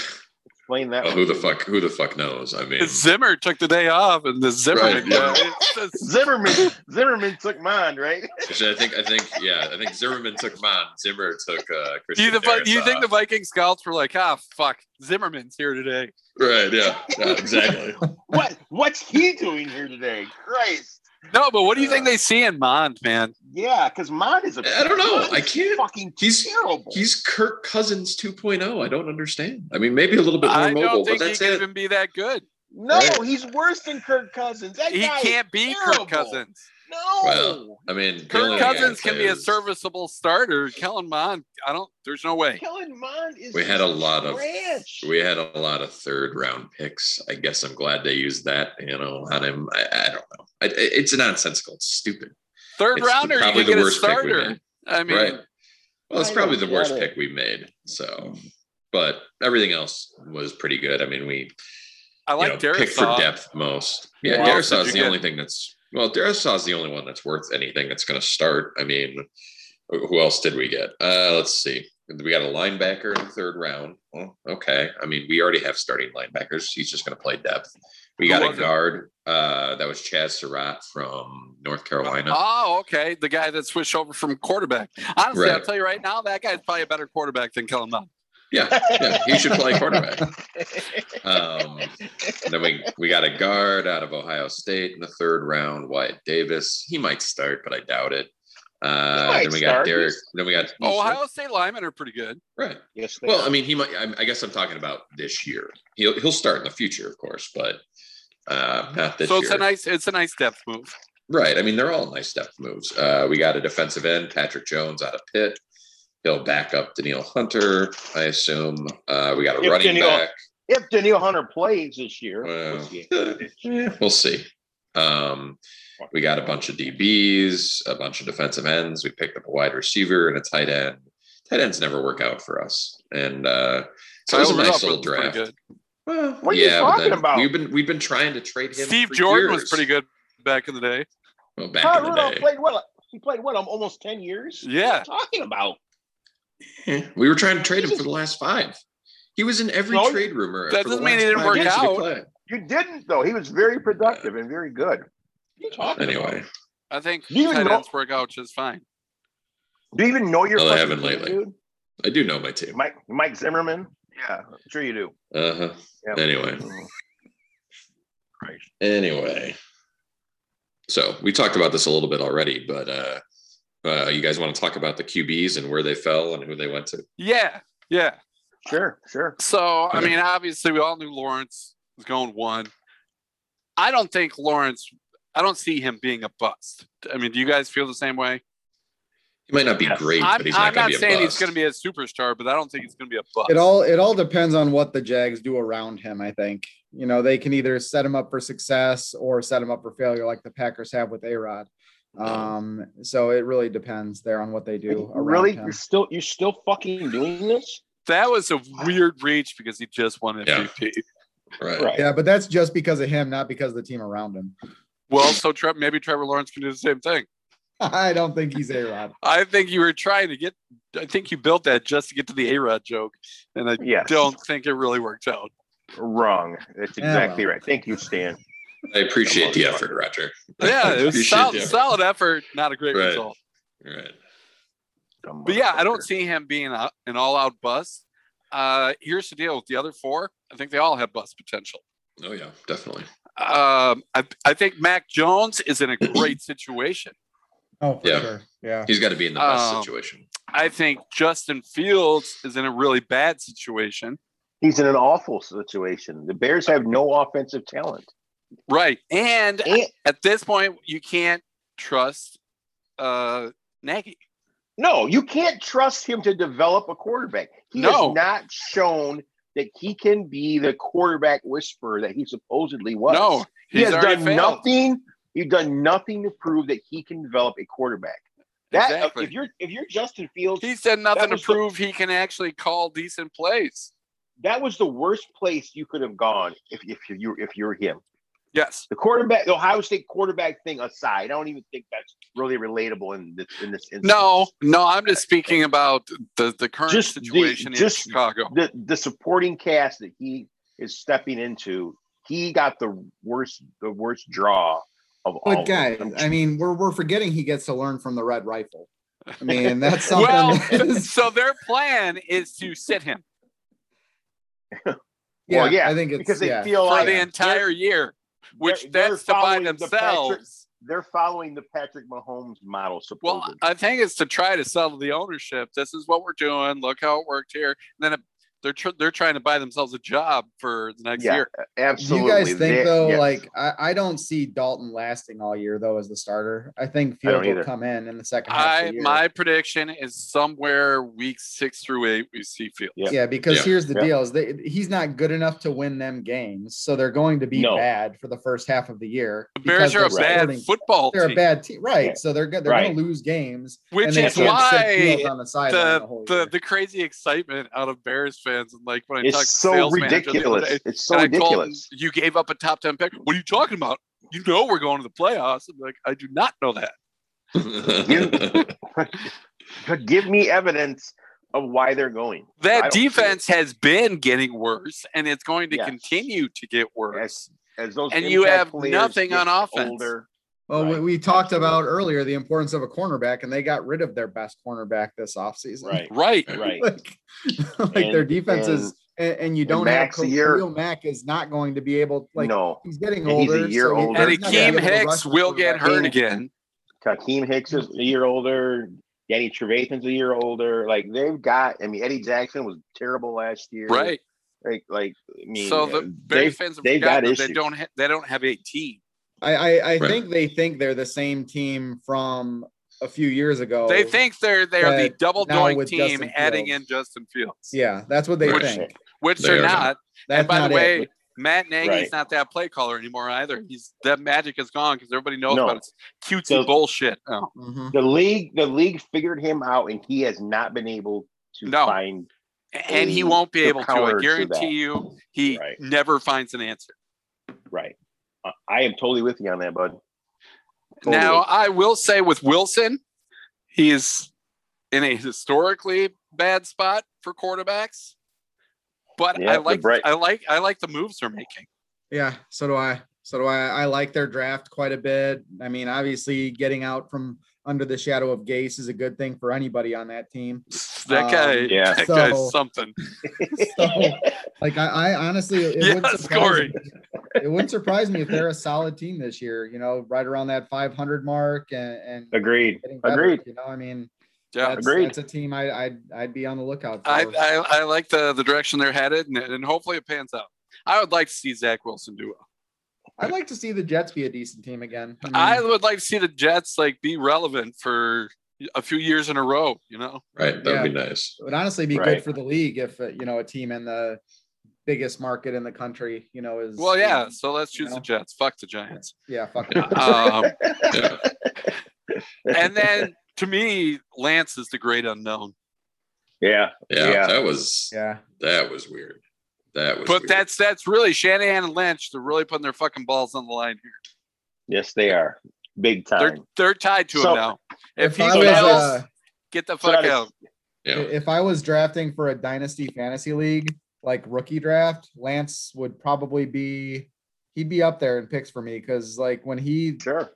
Speaker 2: Explain that. one
Speaker 4: who the
Speaker 2: to me.
Speaker 4: fuck? Who the fuck knows? I mean,
Speaker 1: Zimmer took the day off, and the Zimmerman
Speaker 4: Right, yeah.
Speaker 1: guy. it's
Speaker 4: <laughs>
Speaker 1: just-
Speaker 2: Zimmerman? Zimmerman took Mond, right?
Speaker 4: actually, I think I think yeah, I think Zimmerman took mine. Zimmer took uh,
Speaker 1: You,
Speaker 4: Christian.
Speaker 1: the, Vi-
Speaker 4: Harris
Speaker 1: you think the
Speaker 4: off.
Speaker 1: Viking scouts were like, ah, fuck, Zimmerman's here today.
Speaker 4: right? Yeah,
Speaker 1: <laughs>
Speaker 4: yeah, exactly.
Speaker 2: what? What's he doing here today? Christ!
Speaker 1: No, but what do you think they see in Mond, man?
Speaker 2: Yeah, because Mond is a.
Speaker 4: I don't know.
Speaker 2: Mond
Speaker 4: I
Speaker 2: is
Speaker 4: can't-
Speaker 2: Fucking
Speaker 4: He's
Speaker 2: terrible.
Speaker 4: he's Kirk Cousins 2.0. I don't understand. I mean, maybe a little bit more
Speaker 1: I don't
Speaker 4: mobile, but
Speaker 1: think he
Speaker 4: that's
Speaker 1: can
Speaker 4: it.
Speaker 1: even be that good.
Speaker 2: no,
Speaker 4: Right.
Speaker 2: he's worse than Kirk Cousins. That
Speaker 1: He
Speaker 2: guy is
Speaker 1: can't be
Speaker 2: terrible.
Speaker 1: Kirk Cousins.
Speaker 2: No.
Speaker 4: Well, I mean, the only
Speaker 1: Kirk
Speaker 4: thing I
Speaker 1: Cousins
Speaker 4: can
Speaker 1: can
Speaker 4: say
Speaker 1: be a
Speaker 4: is
Speaker 1: serviceable starter. Kellen Mond, I don't. There's no way.
Speaker 2: Kellen Mond is.
Speaker 4: We had a lot of
Speaker 2: scratch.
Speaker 4: we had a lot of third round picks. I guess I'm glad they used that. You know, on him. I, I don't know. I, I- it's nonsensical. It's stupid.
Speaker 1: Third
Speaker 4: It's
Speaker 1: rounder, you
Speaker 4: probably
Speaker 1: can
Speaker 4: the
Speaker 1: get a
Speaker 4: worst pick we
Speaker 1: starter.
Speaker 4: made.
Speaker 1: I mean,
Speaker 4: right. Well, it's
Speaker 2: I
Speaker 4: probably
Speaker 2: don't
Speaker 4: the worst
Speaker 2: get it.
Speaker 4: pick we made. So, but everything else was pretty good. I mean, we
Speaker 1: I
Speaker 4: you
Speaker 1: like
Speaker 4: know, pick for
Speaker 1: Darisaw.
Speaker 4: depth most. Yeah,
Speaker 1: Who else did
Speaker 4: Darisaw
Speaker 1: you
Speaker 4: is the
Speaker 1: get?
Speaker 4: only thing that's well, Darisaw is the only one that's worth anything that's going to start. I mean, wh- who else did we get? Uh, let's see. We got a linebacker in the third round. Well, okay. I mean, we already have starting linebackers. He's just going to play depth. We
Speaker 1: Who
Speaker 4: got
Speaker 1: was it?
Speaker 4: a guard. Uh, that was Chaz Surratt from North Carolina.
Speaker 1: Oh, okay. The guy that switched over from quarterback. Honestly, I'll
Speaker 4: Right.
Speaker 1: tell you right now, that guy's probably a better quarterback than Kellen Mond.
Speaker 4: Yeah, yeah, he should play quarterback. Um, and then we we got a guard out of Ohio State in the third round, Wyatt Davis. He might start, but I doubt it. Uh,
Speaker 2: might
Speaker 4: then we got
Speaker 2: start.
Speaker 4: Derek. Then we got
Speaker 1: Ohio State linemen are pretty good.
Speaker 4: right.
Speaker 2: Yes, they
Speaker 4: Well,
Speaker 2: are.
Speaker 4: I mean, he might. I, I guess I'm talking about this year. He'll he'll start in the future, of course, but uh, not this
Speaker 1: so
Speaker 4: year.
Speaker 1: it's a nice, it's a nice depth move.
Speaker 4: Right. I mean, they're all nice depth moves. Uh, we got a defensive end, Patrick Jones out of Pitt. He'll back up Daniil Hunter, I assume. Uh, we got a
Speaker 2: If
Speaker 4: running
Speaker 2: Daniil-
Speaker 4: back.
Speaker 2: if Daniel Hunter plays this year,
Speaker 4: Well,
Speaker 2: which he-
Speaker 4: eh, <laughs> we'll see. Um, we got a bunch of DBs, a bunch of defensive ends. We picked up a wide receiver and a tight end. Tight ends never work out for us, and uh, so it was a
Speaker 1: Tyler Rupp
Speaker 4: nice little
Speaker 1: was pretty
Speaker 4: draft.
Speaker 1: good.
Speaker 4: Well,
Speaker 2: What are you
Speaker 4: but
Speaker 2: talking
Speaker 4: then
Speaker 2: about?
Speaker 4: We've been we've been trying to trade him.
Speaker 1: Steve
Speaker 4: for
Speaker 1: Jordan was
Speaker 4: years.
Speaker 1: pretty good back in the day.
Speaker 4: Well, back
Speaker 2: Kyle
Speaker 4: in the
Speaker 2: Rudolph
Speaker 4: day,
Speaker 2: played what? He played what? um, Almost ten years. What are
Speaker 1: Yeah.
Speaker 2: you talking about?
Speaker 4: Eh, <laughs> we were trying to trade him for the last five. He was in every
Speaker 2: No,
Speaker 4: trade rumor.
Speaker 1: that
Speaker 4: for the
Speaker 1: doesn't mean
Speaker 4: last
Speaker 1: he didn't
Speaker 4: five
Speaker 1: work
Speaker 4: years that he
Speaker 1: out.
Speaker 4: played.
Speaker 2: You didn't though. He was very productive and very good. What are you talking about?
Speaker 4: Anyway,
Speaker 1: I think
Speaker 2: You
Speaker 1: tight
Speaker 2: know-
Speaker 1: ends work out just fine.
Speaker 2: Do you even know your
Speaker 4: No, they
Speaker 2: fucking
Speaker 4: haven't
Speaker 2: team,
Speaker 4: lately.
Speaker 2: dude?
Speaker 4: I do know my team.
Speaker 2: Mike Mike Zimmerman? Yeah, I'm sure you do.
Speaker 4: <laughs> Uh huh.
Speaker 2: Yeah.
Speaker 4: Anyway. anyway so we talked about this a little bit already but uh, uh you guys want to talk about the qb's and where they fell and who they went to
Speaker 1: Yeah. Yeah.
Speaker 2: Sure, sure.
Speaker 1: So, I
Speaker 4: Okay.
Speaker 1: mean, obviously, we all knew Lawrence was going one. I don't think Lawrence, I don't see him being a bust. I mean, do you guys feel the same way?
Speaker 4: he might not be
Speaker 5: Yes.
Speaker 4: great
Speaker 1: I'm,
Speaker 4: but he's
Speaker 1: I'm not
Speaker 4: not going to be a
Speaker 1: saying
Speaker 4: bust
Speaker 1: he's going to be a superstar, but I don't think he's going to be a bust.
Speaker 3: It all it all depends on what the Jags do around him. I think you know they can either set him up for success or set him up for failure, like the Packers have with A Rod. Um, so it really depends there on what they do. Around
Speaker 2: Really?
Speaker 3: him.
Speaker 2: You're still you're still fucking doing this?
Speaker 1: that was a weird reach because he just won
Speaker 4: Yeah.
Speaker 1: MVP.
Speaker 4: right,
Speaker 2: Right.
Speaker 3: Yeah, but that's just because of him, not because of the team around him. <laughs>
Speaker 1: Well, so Tre- maybe Trevor Lawrence can do the same thing.
Speaker 3: I don't think he's A Rod.
Speaker 1: I think you were trying to get, I think you built that just to get to the A Rod joke, and I
Speaker 2: Yes.
Speaker 1: don't think it really worked out.
Speaker 2: wrong. That's
Speaker 3: Yeah, well.
Speaker 2: exactly right. Thank you, Stan.
Speaker 4: i appreciate the effort roger
Speaker 1: Yeah, <laughs> it was
Speaker 4: Appreciate
Speaker 1: solid,
Speaker 4: the effort.
Speaker 1: solid effort, not a great
Speaker 4: Right.
Speaker 1: result.
Speaker 4: right
Speaker 2: Dumb
Speaker 1: But yeah, I don't
Speaker 2: motherfucker.
Speaker 1: see him being a, an all-out bust. Uh, here's the deal with the other four. I think they all have bust potential.
Speaker 4: oh yeah definitely
Speaker 1: Um, I, I think Mac Jones is in a great situation.
Speaker 3: Oh, for
Speaker 4: Yeah.
Speaker 3: sure. Yeah.
Speaker 4: he's got to be in the best
Speaker 1: Um, <laughs>
Speaker 4: situation
Speaker 1: I think Justin Fields is in a really bad situation.
Speaker 2: He's in an awful situation. The Bears have no offensive talent.
Speaker 1: Right. And
Speaker 2: And-
Speaker 1: at this point, you can't trust uh, Nagy.
Speaker 2: no, you can't trust him to develop a quarterback. He
Speaker 1: No.
Speaker 2: has not shown that he can be the quarterback whisperer that he supposedly was.
Speaker 1: No,
Speaker 2: he
Speaker 1: he's
Speaker 2: has
Speaker 1: already
Speaker 2: done
Speaker 1: failed.
Speaker 2: nothing. He's done nothing to prove that he can develop a quarterback. That
Speaker 1: Exactly.
Speaker 2: if you're if you're Justin Fields,
Speaker 1: He's done nothing to
Speaker 2: was the-
Speaker 1: prove he can actually call decent plays.
Speaker 2: that was the worst place you could have gone if if you if you're him.
Speaker 1: Yes.
Speaker 2: The quarterback, the Ohio State quarterback thing aside, I don't even think that's really relatable in this in this. Instance.
Speaker 1: No, no, I'm just speaking about the, the current
Speaker 2: Just the-
Speaker 1: situation
Speaker 2: just
Speaker 1: in Chicago.
Speaker 2: the the supporting cast that he is stepping into, he got the worst the worst draw of all.
Speaker 3: But
Speaker 2: of them.
Speaker 3: guys, I mean, we're we're forgetting he gets to learn from the red rifle. I mean,
Speaker 2: <laughs>
Speaker 3: that's something.
Speaker 1: Well,
Speaker 3: that
Speaker 1: <laughs>
Speaker 3: is-
Speaker 1: so their plan is to sit him
Speaker 3: yeah,
Speaker 2: Well, yeah,
Speaker 3: I think it's
Speaker 2: because they
Speaker 3: yeah.
Speaker 2: feel
Speaker 1: for
Speaker 2: like
Speaker 1: the entire year, which
Speaker 2: they're- they're
Speaker 1: that's to buy
Speaker 2: following the
Speaker 1: themselves.
Speaker 2: they're following the Patrick Mahomes model. Supposedly,
Speaker 1: well, I think it's to try to sell the ownership. This is what we're doing. Look how it worked here. And then it they're tr- they're trying to buy themselves a job for the next
Speaker 2: Yeah,
Speaker 1: year.
Speaker 3: Do
Speaker 2: Absolutely.
Speaker 3: you guys think
Speaker 2: They-
Speaker 3: though,
Speaker 2: yes.
Speaker 3: like I, I don't see Dalton lasting all year though as the starter. I think
Speaker 2: I don't
Speaker 3: Fields will
Speaker 2: either.
Speaker 3: come in in the second half. of
Speaker 1: I
Speaker 3: the year.
Speaker 1: my prediction is somewhere week six through eight we see Fields.
Speaker 2: Yeah.
Speaker 3: yeah, because
Speaker 4: Yeah.
Speaker 3: here's the
Speaker 2: Yeah.
Speaker 3: deal: is they, he's not good enough to win them games, so they're going to be
Speaker 2: No.
Speaker 3: bad for the first half of the year.
Speaker 1: The Bears
Speaker 3: because
Speaker 1: are a
Speaker 3: they're
Speaker 1: bad
Speaker 3: supporting-
Speaker 1: football
Speaker 3: They're a
Speaker 1: team,
Speaker 3: bad team, right?
Speaker 2: Yeah.
Speaker 3: So they're go- they're
Speaker 2: Right.
Speaker 3: going to lose games,
Speaker 1: which
Speaker 3: and they
Speaker 1: is
Speaker 3: can't sit
Speaker 1: why
Speaker 3: Fields on the sideline the,
Speaker 1: the,
Speaker 3: whole year.
Speaker 1: the the crazy excitement out of Bears fans and like when I talked
Speaker 2: it's
Speaker 1: to
Speaker 2: so
Speaker 1: sales managers the other
Speaker 2: ridiculous.
Speaker 1: day,
Speaker 2: It's so
Speaker 1: and I told them,
Speaker 2: ridiculous.
Speaker 1: you gave up a top ten pick. What are you talking about? You know we're going to the playoffs. I'm like, I do not know that.
Speaker 4: <laughs>
Speaker 2: But give me evidence of why they're going. I
Speaker 1: That
Speaker 2: don't see it.
Speaker 1: defense has been getting worse, and it's going to
Speaker 2: Yes.
Speaker 1: continue to get worse.
Speaker 2: As those
Speaker 1: And you
Speaker 2: impact
Speaker 1: have
Speaker 2: players
Speaker 1: nothing
Speaker 2: get
Speaker 1: on offense.
Speaker 2: older-
Speaker 3: well, we,
Speaker 2: right,
Speaker 3: we talked
Speaker 2: absolutely.
Speaker 3: about earlier the importance of a cornerback, and they got rid of their best cornerback this offseason.
Speaker 2: Right.
Speaker 1: Right.
Speaker 2: Right.
Speaker 3: like, like <laughs> their
Speaker 2: And-
Speaker 3: defense is, and, and you don't have
Speaker 2: Max a year-
Speaker 3: Khalil Mack is not going to be able like
Speaker 2: no.
Speaker 3: he's getting
Speaker 2: And he's a
Speaker 3: older.
Speaker 2: year
Speaker 3: so he-
Speaker 2: older.
Speaker 1: And
Speaker 3: he's not gonna
Speaker 1: Akeem
Speaker 3: be able to rush
Speaker 1: Hicks
Speaker 3: the
Speaker 1: will get
Speaker 3: quarterback.
Speaker 1: hurt
Speaker 2: Yeah.
Speaker 1: again.
Speaker 2: Hakeem Hicks is a year older. Danny Trevathan's a year older. Like they've got. I mean, Eddie Jackson was terrible last year.
Speaker 1: Right.
Speaker 2: Like, like I mean,
Speaker 1: so the
Speaker 2: uh,
Speaker 1: Bears
Speaker 2: they've-
Speaker 1: fans have
Speaker 2: they've
Speaker 1: forgotten
Speaker 2: got
Speaker 1: that they
Speaker 2: issues.
Speaker 1: don't ha- they don't have a team.
Speaker 3: I I, I
Speaker 4: Right.
Speaker 3: think they think they're the same team from a few years ago.
Speaker 1: They think they're they're the
Speaker 3: Oh, But
Speaker 1: double
Speaker 3: now
Speaker 1: doink
Speaker 3: with
Speaker 1: team,
Speaker 3: Justin
Speaker 1: adding
Speaker 3: Fields.
Speaker 1: in Justin Fields.
Speaker 3: yeah, that's what they
Speaker 4: Right.
Speaker 3: think.
Speaker 1: which
Speaker 4: They
Speaker 1: they're
Speaker 4: are not.
Speaker 1: not.
Speaker 3: That's
Speaker 1: and by the
Speaker 3: not it.
Speaker 1: way, Matt Nagy's
Speaker 2: Right.
Speaker 1: not that play caller anymore either. He's that magic is gone because everybody knows
Speaker 2: No.
Speaker 1: about his cutesy
Speaker 2: So-
Speaker 1: bullshit. Oh, now.
Speaker 3: Mhm.
Speaker 2: the league, the league figured him out, and he has not been able to
Speaker 1: No.
Speaker 2: find.
Speaker 1: and he
Speaker 2: The-
Speaker 1: won't be
Speaker 2: the
Speaker 1: able to. I
Speaker 2: counter to
Speaker 1: guarantee
Speaker 2: that.
Speaker 1: you, he
Speaker 2: Right.
Speaker 1: never finds an answer.
Speaker 2: Right. I, I am totally with you on that, bud. Totally.
Speaker 1: Now,
Speaker 2: <laughs>
Speaker 1: I will say with Wilson, he is in a historically bad spot for quarterbacks. But
Speaker 2: Yeah,
Speaker 1: I
Speaker 2: the
Speaker 1: like,
Speaker 2: bright-
Speaker 1: I like, I like the moves they're making.
Speaker 3: Yeah, so do I. So do I. I like their draft quite a bit. I mean, obviously, getting out from under the shadow of Gase is a good thing for anybody on that team.
Speaker 1: That
Speaker 3: Um,
Speaker 1: guy,
Speaker 2: yeah.
Speaker 1: that
Speaker 3: So-
Speaker 1: guy's something.
Speaker 3: So, like, I, I honestly, it,
Speaker 1: Yes,
Speaker 3: would surprise
Speaker 1: Corey.
Speaker 3: me, it wouldn't surprise me if they're a solid team this year. You know, right around that 500 mark and, and
Speaker 2: Agreed.
Speaker 3: getting better,
Speaker 2: Agreed.
Speaker 3: You know, I mean,
Speaker 1: Yeah,
Speaker 3: that's,
Speaker 2: Agreed.
Speaker 3: that's a team I, I'd I'd be on the lookout for.
Speaker 1: I, I, I like the, the direction they're headed, and, and hopefully it pans out. I would like to see Zach Wilson do well.
Speaker 3: would like to see the Jets be a decent team again. I mean,
Speaker 1: I would like to see the Jets like be relevant for a few years in a row. You know,
Speaker 4: right, that would be
Speaker 1: <laughs>
Speaker 4: nice.
Speaker 3: it would honestly be good
Speaker 2: Right.
Speaker 3: for the league if uh, you know a team in the biggest market in the country, you know, is
Speaker 1: well, yeah. So let's
Speaker 3: You
Speaker 1: choose the
Speaker 3: know?
Speaker 1: Jets. Fuck the
Speaker 3: <laughs>
Speaker 1: Giants.
Speaker 3: yeah, fuck
Speaker 1: <laughs>
Speaker 3: it.
Speaker 1: Um,
Speaker 4: Yeah.
Speaker 1: and then to me, Lance is the great unknown.
Speaker 2: Yeah.
Speaker 4: Yeah,
Speaker 2: Yeah.
Speaker 4: that was
Speaker 3: yeah.
Speaker 4: that was weird. That was
Speaker 1: But
Speaker 4: weird.
Speaker 1: that's that's really Shanahan and Lynch. They're really putting their fucking balls on the line here.
Speaker 2: Yes, they are. Big
Speaker 1: They're
Speaker 2: time.
Speaker 1: they're tied to
Speaker 2: So-
Speaker 1: him now. If, he
Speaker 3: I
Speaker 1: fails,
Speaker 3: was,
Speaker 2: fails-
Speaker 3: uh,
Speaker 1: get the
Speaker 2: So
Speaker 1: fuck
Speaker 2: that is-
Speaker 1: out.
Speaker 4: yeah.
Speaker 3: if I was drafting for a dynasty fantasy league like rookie draft, Lance would probably be he'd be up there in picks for me because like when he
Speaker 2: Sure.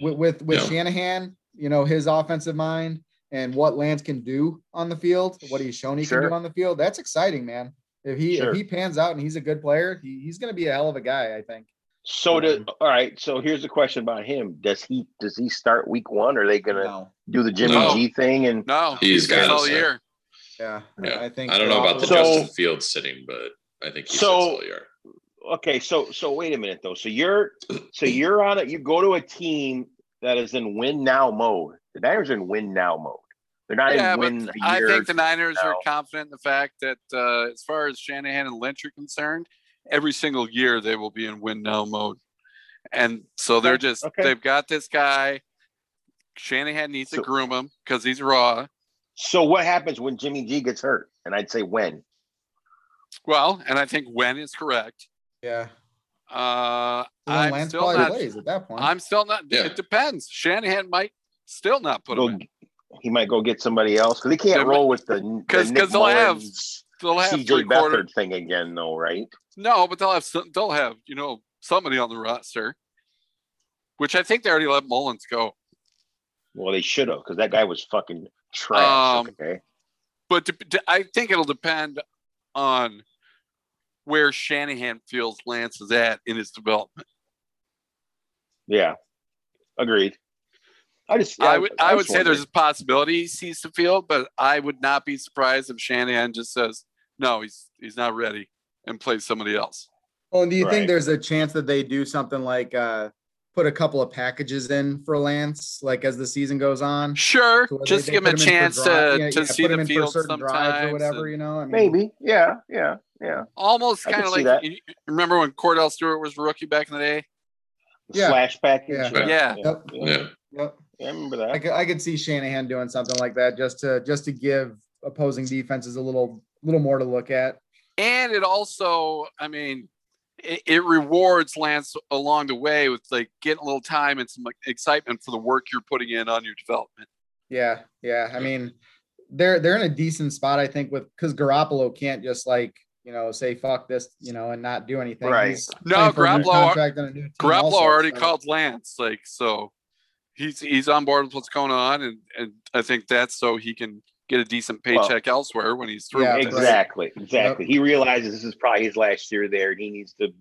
Speaker 3: with with, with
Speaker 4: Yeah.
Speaker 3: Shanahan, you know, his offensive mind and what Lance can do on the field, what he's shown he can
Speaker 2: Sure.
Speaker 3: do on the field, that's exciting, man. If he
Speaker 2: Sure.
Speaker 3: if he pans out and he's a good player, he, he's gonna be a hell of a guy, I think.
Speaker 2: So do
Speaker 3: Um,
Speaker 2: all right. So here's the question about him: Does he does he start week one? Are they gonna
Speaker 3: No.
Speaker 2: do the Jimmy
Speaker 4: No.
Speaker 2: G thing? And
Speaker 1: No,
Speaker 4: He's got
Speaker 1: all
Speaker 4: us.
Speaker 1: year.
Speaker 3: Yeah,
Speaker 4: Yeah.
Speaker 3: I think
Speaker 4: I don't know about the
Speaker 2: So-
Speaker 4: Justin Fields sitting, but I think he
Speaker 2: So-
Speaker 4: sits all year.
Speaker 2: okay, so so wait a minute though. So you're so you're on it. You go to a team that is in win now mode. The Niners are in win now mode. They're not
Speaker 1: Yeah,
Speaker 2: in
Speaker 1: but
Speaker 2: win. a
Speaker 1: I
Speaker 2: year.
Speaker 1: think the Niners are
Speaker 2: now.
Speaker 1: confident in the fact that, uh, as far as Shanahan and Lynch are concerned, every single year they will be in win now mode, and so they're
Speaker 2: Okay,
Speaker 1: just
Speaker 2: okay.
Speaker 1: they've got this guy. Shanahan needs to
Speaker 2: So-
Speaker 1: groom him because he's raw.
Speaker 2: so what happens when Jimmy G gets hurt? And I'd say when.
Speaker 1: Well, and I think when is correct.
Speaker 3: yeah.
Speaker 1: Uh,
Speaker 3: So then
Speaker 1: I'm
Speaker 3: Lance
Speaker 1: still
Speaker 3: probably
Speaker 1: not.
Speaker 3: plays at that point.
Speaker 1: I'm still not.
Speaker 4: Yeah.
Speaker 1: It depends. Shanahan might still not put
Speaker 2: Go-
Speaker 1: him in.
Speaker 2: he might go get somebody else because he can't
Speaker 1: They're-
Speaker 2: roll with the
Speaker 1: Because-
Speaker 2: the Nick
Speaker 1: because they'll have
Speaker 2: Mullins,
Speaker 1: They'll have
Speaker 2: CJ
Speaker 1: three quarter.
Speaker 2: Beathard thing again though, right?
Speaker 1: No, but they'll have some, they'll have you know somebody on the roster, which I think they already let Mullins go.
Speaker 2: Well, they should have because that guy was fucking trash.
Speaker 1: Um,
Speaker 2: okay.
Speaker 1: But de- de- I think it'll depend on where Shanahan feels Lance is at in his development.
Speaker 2: Yeah. Agreed. I just
Speaker 1: I would I, would
Speaker 2: just
Speaker 1: say there's
Speaker 2: wondered.
Speaker 1: a possibility he sees the field, but I would not be surprised if Shanahan just says, no, he's he's not ready, and plays somebody else.
Speaker 3: Well, and do you
Speaker 2: Right.
Speaker 3: think there's a chance that they do something like uh, put a couple of packages in for Lance, like as the season goes on?
Speaker 1: Sure,
Speaker 3: To where they-
Speaker 1: just
Speaker 3: they
Speaker 1: give him a
Speaker 3: put in for
Speaker 1: chance
Speaker 3: dri-
Speaker 1: to,
Speaker 3: yeah,
Speaker 1: to
Speaker 3: yeah,
Speaker 1: see
Speaker 3: put him
Speaker 1: the
Speaker 3: in for
Speaker 1: field
Speaker 3: certain drives
Speaker 1: sometimes.
Speaker 3: or whatever, you know. I mean,
Speaker 2: Maybe. Yeah. Yeah. Yeah.
Speaker 1: almost
Speaker 2: I
Speaker 1: kind
Speaker 2: can
Speaker 1: of
Speaker 2: see
Speaker 1: like
Speaker 2: that.
Speaker 1: you you remember when Cordell Stewart was a rookie back in the day.
Speaker 3: Yeah.
Speaker 2: Slash
Speaker 1: Yeah.
Speaker 2: package.
Speaker 1: Yeah.
Speaker 2: Yeah.
Speaker 3: Yep.
Speaker 2: Yeah.
Speaker 4: Yeah.
Speaker 3: Yep.
Speaker 2: I remember
Speaker 3: I
Speaker 2: that.
Speaker 3: could, I could see Shanahan doing something like that just to just to give opposing defenses a little little more to look at.
Speaker 1: and it also i mean it, it rewards lance along the way with like getting a little time and some like, excitement for the work you're putting in on your development
Speaker 3: Yeah, yeah. I mean, they're they're in a decent spot, I think, with because Garoppolo can't just like you know say fuck this, you know, and not do anything.
Speaker 2: Right.
Speaker 3: He's playing
Speaker 1: No,
Speaker 3: for a new
Speaker 1: Garoppolo-
Speaker 3: contract and a new team
Speaker 1: garoppolo
Speaker 3: also,
Speaker 1: already
Speaker 3: so-
Speaker 1: called lance like so he's he's on board with what's going on and and i think that's so he can get a decent
Speaker 2: Well,
Speaker 1: paycheck elsewhere when he's through
Speaker 3: yeah,
Speaker 1: with this.
Speaker 2: Exactly. Exactly. He realizes this is probably his last year there, and he needs to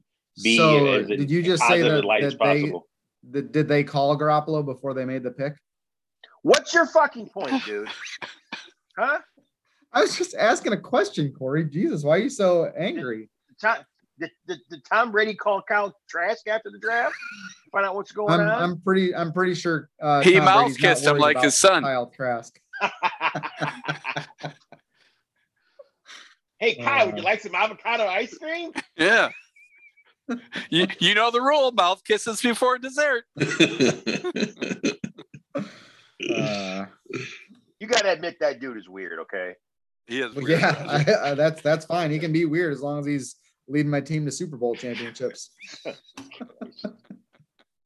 Speaker 2: be
Speaker 3: So
Speaker 2: as
Speaker 3: did you just say
Speaker 2: positive
Speaker 3: that,
Speaker 2: a light as
Speaker 3: that they
Speaker 2: possible.
Speaker 3: that, did they call Garoppolo before they made the pick?
Speaker 2: What's your fucking
Speaker 1: <laughs>
Speaker 2: point, dude? huh?
Speaker 3: I was just asking a question, Corey. Jesus, why are you so angry?
Speaker 2: Tom, did, did, did Tom Brady call Kyle Trask after the draft? Find out what's going
Speaker 3: I'm,
Speaker 2: on.
Speaker 3: I'm pretty I'm pretty sure uh,
Speaker 1: he
Speaker 3: Tom
Speaker 1: mouth
Speaker 3: Brady's not
Speaker 1: kissed him
Speaker 3: worried
Speaker 1: like his
Speaker 3: about
Speaker 1: son
Speaker 3: Kyle
Speaker 2: <laughs>
Speaker 3: Trask.
Speaker 2: hey, Kyle, would you
Speaker 3: Uh.
Speaker 2: like some avocado ice cream?
Speaker 1: yeah you, you know the rule mouth kisses before dessert
Speaker 3: Uh,
Speaker 2: You got to admit that dude is weird, okay?
Speaker 1: he is
Speaker 3: Well,
Speaker 1: weird.
Speaker 3: yeah, <laughs> I, I, that's that's fine. He can be weird as long as he's leading my team to Super Bowl championships.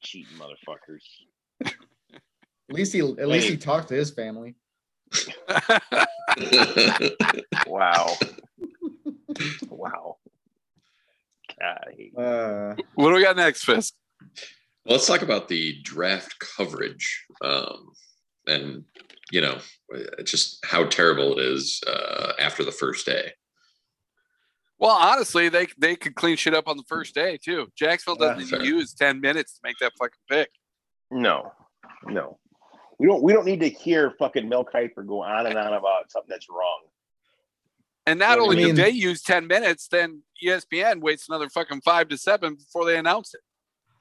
Speaker 2: Cheating motherfuckers.
Speaker 3: At least he at least he talked to his family.
Speaker 4: <laughs>
Speaker 1: <laughs>
Speaker 2: Wow. wow. God, I hate-
Speaker 3: Uh,
Speaker 1: <laughs> what do we got next fisk
Speaker 4: Well, let's talk about the draft coverage um, and, you know, uh, just how terrible it is uh, after the first day.
Speaker 1: Well, honestly, they they could clean shit up on the first day too. Jacksonville doesn't
Speaker 4: Yeah,
Speaker 1: even
Speaker 4: fair.
Speaker 1: use ten minutes to make that fucking pick.
Speaker 2: No, no. We don't. We don't need to hear fucking Mel Kiper go on and on about something that's wrong.
Speaker 1: And not
Speaker 2: Yeah,
Speaker 1: only
Speaker 3: I mean-
Speaker 1: do they use ten minutes, then E ESPN waits another fucking five to seven before they announce it.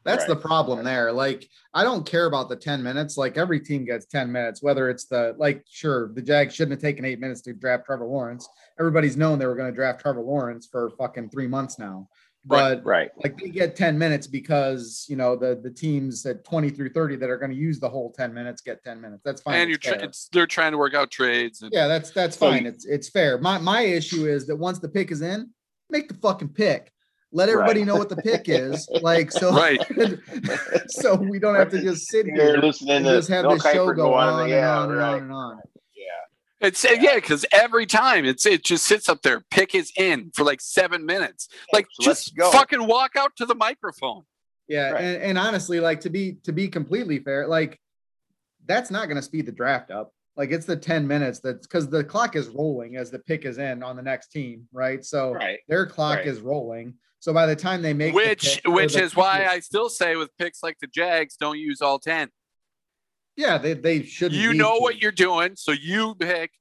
Speaker 3: that's
Speaker 2: Right.
Speaker 3: the problem there. Like, I don't care about the ten minutes. Like every team gets ten minutes, whether it's the like sure the Jags shouldn't have taken eight minutes to draft Trevor Lawrence. Everybody's known they were going to draft Trevor Lawrence for fucking three months now, but.
Speaker 2: <laughs> Right.
Speaker 3: Like they get 10 minutes because you know the the teams at 20 through 30 that are going to use the whole 10 minutes get 10 minutes. That's fine. it's
Speaker 1: and you're
Speaker 3: fair.
Speaker 1: tra- it's, they're trying to work out trades. And,
Speaker 3: Yeah, that's that's
Speaker 2: So
Speaker 3: fine. It's it's fair. My my issue is that once the pick is in, make the fucking pick. Let everybody
Speaker 2: Right.
Speaker 3: know what the pick is, like so.
Speaker 2: <laughs>
Speaker 3: <laughs>
Speaker 1: Right.
Speaker 3: so we don't have to just sit
Speaker 2: You're
Speaker 3: here
Speaker 2: listening
Speaker 3: and
Speaker 2: to
Speaker 3: just have
Speaker 2: Mel
Speaker 3: this show
Speaker 2: Kiper
Speaker 3: go on
Speaker 2: and-
Speaker 3: and
Speaker 2: yeah,
Speaker 3: on and
Speaker 2: right.
Speaker 3: on and on.
Speaker 2: Yeah.
Speaker 1: It's yeah, because every time it's it just sits up there. Pick is in for like seven minutes. Like
Speaker 2: so let's
Speaker 1: just
Speaker 2: go.
Speaker 1: fucking walk out to the microphone.
Speaker 3: Yeah,
Speaker 2: Right.
Speaker 3: and, and honestly, like to be to be completely fair, like that's not going to speed the draft up. Like it's the ten minutes that's because the clock is rolling as the pick is in on the next team, right? So
Speaker 2: Right.
Speaker 3: their clock
Speaker 2: Right.
Speaker 3: is rolling. So by the time they make the
Speaker 1: Which
Speaker 3: pick or
Speaker 1: which
Speaker 3: the
Speaker 1: is
Speaker 3: pick
Speaker 1: why I still say with picks like the Jags, don't use all ten.
Speaker 3: yeah they they should
Speaker 1: you know what you're doing so you pick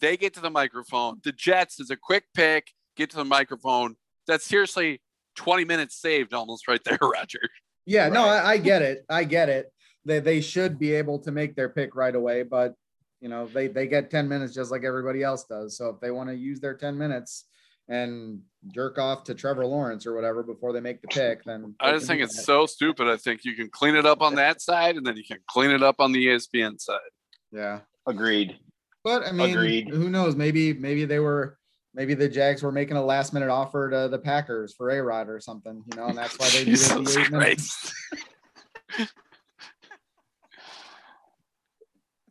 Speaker 1: they get to the microphone the jets is a quick pick get to the microphone that's seriously 20 minutes saved almost right there <laughs> roger
Speaker 3: Yeah, no,
Speaker 2: Right.
Speaker 3: I, I get it. I get it. They they should be able to make their pick right away, but you know, they they get 10 minutes just like everybody else does. So if they want to use their 10 minutes and jerk off to Trevor Lawrence or whatever before they make the pick, then
Speaker 1: i
Speaker 3: they can
Speaker 1: just think
Speaker 3: do
Speaker 1: it's
Speaker 3: that.
Speaker 1: so stupid i think you can clean it up on that side and then you can clean it up on the E espn side
Speaker 3: yeah.
Speaker 2: Agreed.
Speaker 3: But I mean,
Speaker 2: Agreed.
Speaker 3: who knows? Maybe maybe they were maybe the Jags were making a last minute offer to the Packers for A Rod or something, you know, and that's
Speaker 1: <laughs>
Speaker 3: why they do it in
Speaker 1: Jesus
Speaker 3: the eight minutes.
Speaker 1: Christ. <laughs>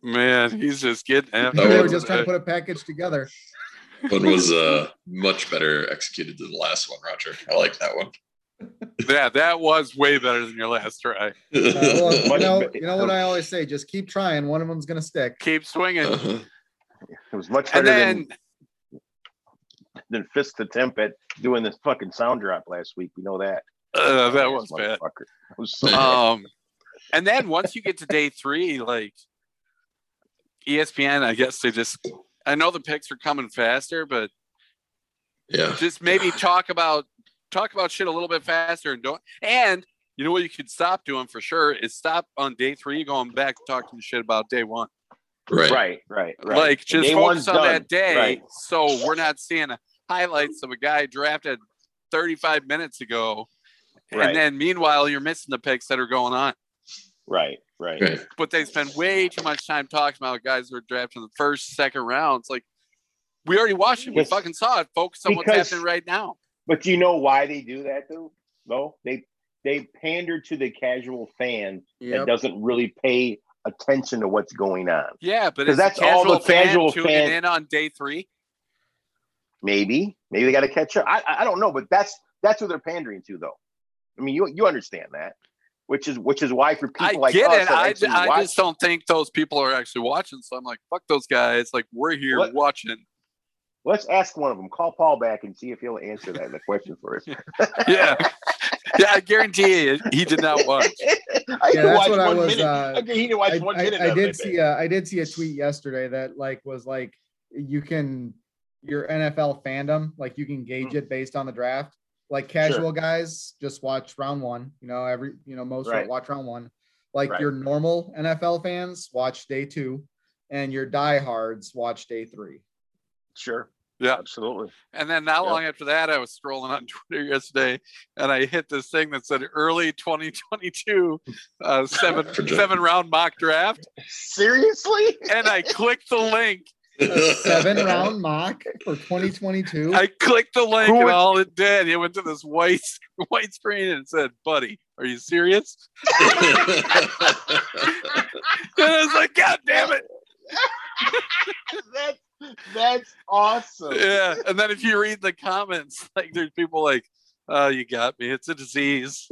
Speaker 1: man he's just getting after
Speaker 3: Maybe they were
Speaker 1: it
Speaker 3: just trying to
Speaker 1: today.
Speaker 3: put a package together.
Speaker 4: One was uh, much better executed than the last one, Roger. I like that one.
Speaker 1: yeah that was way better than your last try
Speaker 3: Uh,
Speaker 2: <laughs>
Speaker 3: well,
Speaker 4: <laughs>
Speaker 3: you
Speaker 2: Much
Speaker 3: know,
Speaker 2: better.
Speaker 3: you know what I always say: just keep trying. One of them's gonna stick.
Speaker 1: keep swinging
Speaker 4: Uh-huh.
Speaker 2: It was much better
Speaker 1: and then
Speaker 2: than, than fist attempt at doing this fucking sound drop last week. We know that.
Speaker 1: Uh, that
Speaker 2: Ass
Speaker 1: was bad.
Speaker 2: motherfucker. It was so bad.
Speaker 1: Um, and then once you get to day three, like E ESPN, I guess they just, I know the picks are coming faster, but
Speaker 4: Yeah.
Speaker 1: just
Speaker 2: <sighs>
Speaker 1: maybe talk about talk about shit a little bit faster and don't and you know what you could stop doing for sure is stop on day three going back and talking shit about day one
Speaker 4: Right.
Speaker 2: Right, right, right.
Speaker 1: like
Speaker 2: And
Speaker 1: just
Speaker 2: day
Speaker 1: focus
Speaker 2: one's
Speaker 1: on
Speaker 2: done.
Speaker 1: that day
Speaker 2: Right.
Speaker 1: so we're not seeing highlights of a guy drafted 35 minutes ago
Speaker 2: Right.
Speaker 1: and then meanwhile you're missing the picks that are going on
Speaker 2: Right, right.
Speaker 4: Right.
Speaker 1: but they spend way too much time talking about guys who are drafted in the first second round it's like we already watched it we
Speaker 2: Yes.
Speaker 1: fucking saw it focus on
Speaker 2: Because-
Speaker 1: what's happening right now
Speaker 2: But you know why they do that though? Though they they pander to the casual fan that
Speaker 3: Yep.
Speaker 2: doesn't really pay attention to what's going on.
Speaker 1: Yeah, but
Speaker 2: 'Cause
Speaker 1: is that's all the casual fan tuning
Speaker 2: fan-
Speaker 1: in on day three.
Speaker 2: Maybe, maybe they got to catch up. I I I don't know, but that's that's who they're pandering to though. I mean, you you understand that, which is which is why for people
Speaker 1: I
Speaker 2: like
Speaker 1: get
Speaker 2: us,
Speaker 1: it.
Speaker 2: that
Speaker 1: I,
Speaker 2: actually
Speaker 1: I
Speaker 2: watch-
Speaker 1: just don't think those people are actually watching. So I'm like, fuck those guys. Like we're here
Speaker 2: What?
Speaker 1: watching.
Speaker 2: Let's ask one of them. Call Paul back and see if he'll answer that the question for us.
Speaker 1: <laughs> Yeah, yeah. I guarantee you, he did not watch.
Speaker 2: <laughs> I
Speaker 3: Yeah,
Speaker 2: didn't
Speaker 3: that's
Speaker 2: watch
Speaker 3: what I
Speaker 2: one
Speaker 3: was,
Speaker 2: minute.
Speaker 3: uh,
Speaker 2: I mean, he didn't watch
Speaker 3: I,
Speaker 2: one
Speaker 3: I-
Speaker 2: minute.
Speaker 3: I
Speaker 2: of it, I
Speaker 3: did
Speaker 2: think.
Speaker 3: see a, I did see a tweet yesterday that like was like you can your NFL fandom like you can gauge it based on the draft. Like casual guys just watch round one, you know every you know most
Speaker 2: Right.
Speaker 3: watch round one. Like
Speaker 2: Right.
Speaker 3: your normal NFL fans watch day two, and your diehards watch day three.
Speaker 2: Sure. <laughs>
Speaker 1: Yeah.
Speaker 2: Absolutely.
Speaker 1: And then not
Speaker 2: Yep.
Speaker 1: long after that, I was scrolling on <laughs> Twitter yesterday, and I hit this thing that said early 2022
Speaker 2: <laughs>
Speaker 1: uh, seven
Speaker 4: Projection.
Speaker 1: seven round mock draft,
Speaker 2: Seriously? <laughs>
Speaker 1: and I clicked the link.
Speaker 3: Seven round mock for 2022.
Speaker 1: I clicked the link,
Speaker 2: Who
Speaker 1: and
Speaker 2: would-
Speaker 1: all it did, it went to this white <laughs> white screen, and it said, "Buddy, are you serious?" <laughs> And I was like, God damn it.
Speaker 2: that's that's awesome.
Speaker 1: Yeah. And then if you read the comments, <laughs> like there's people like, Oh, you got me. It's a disease.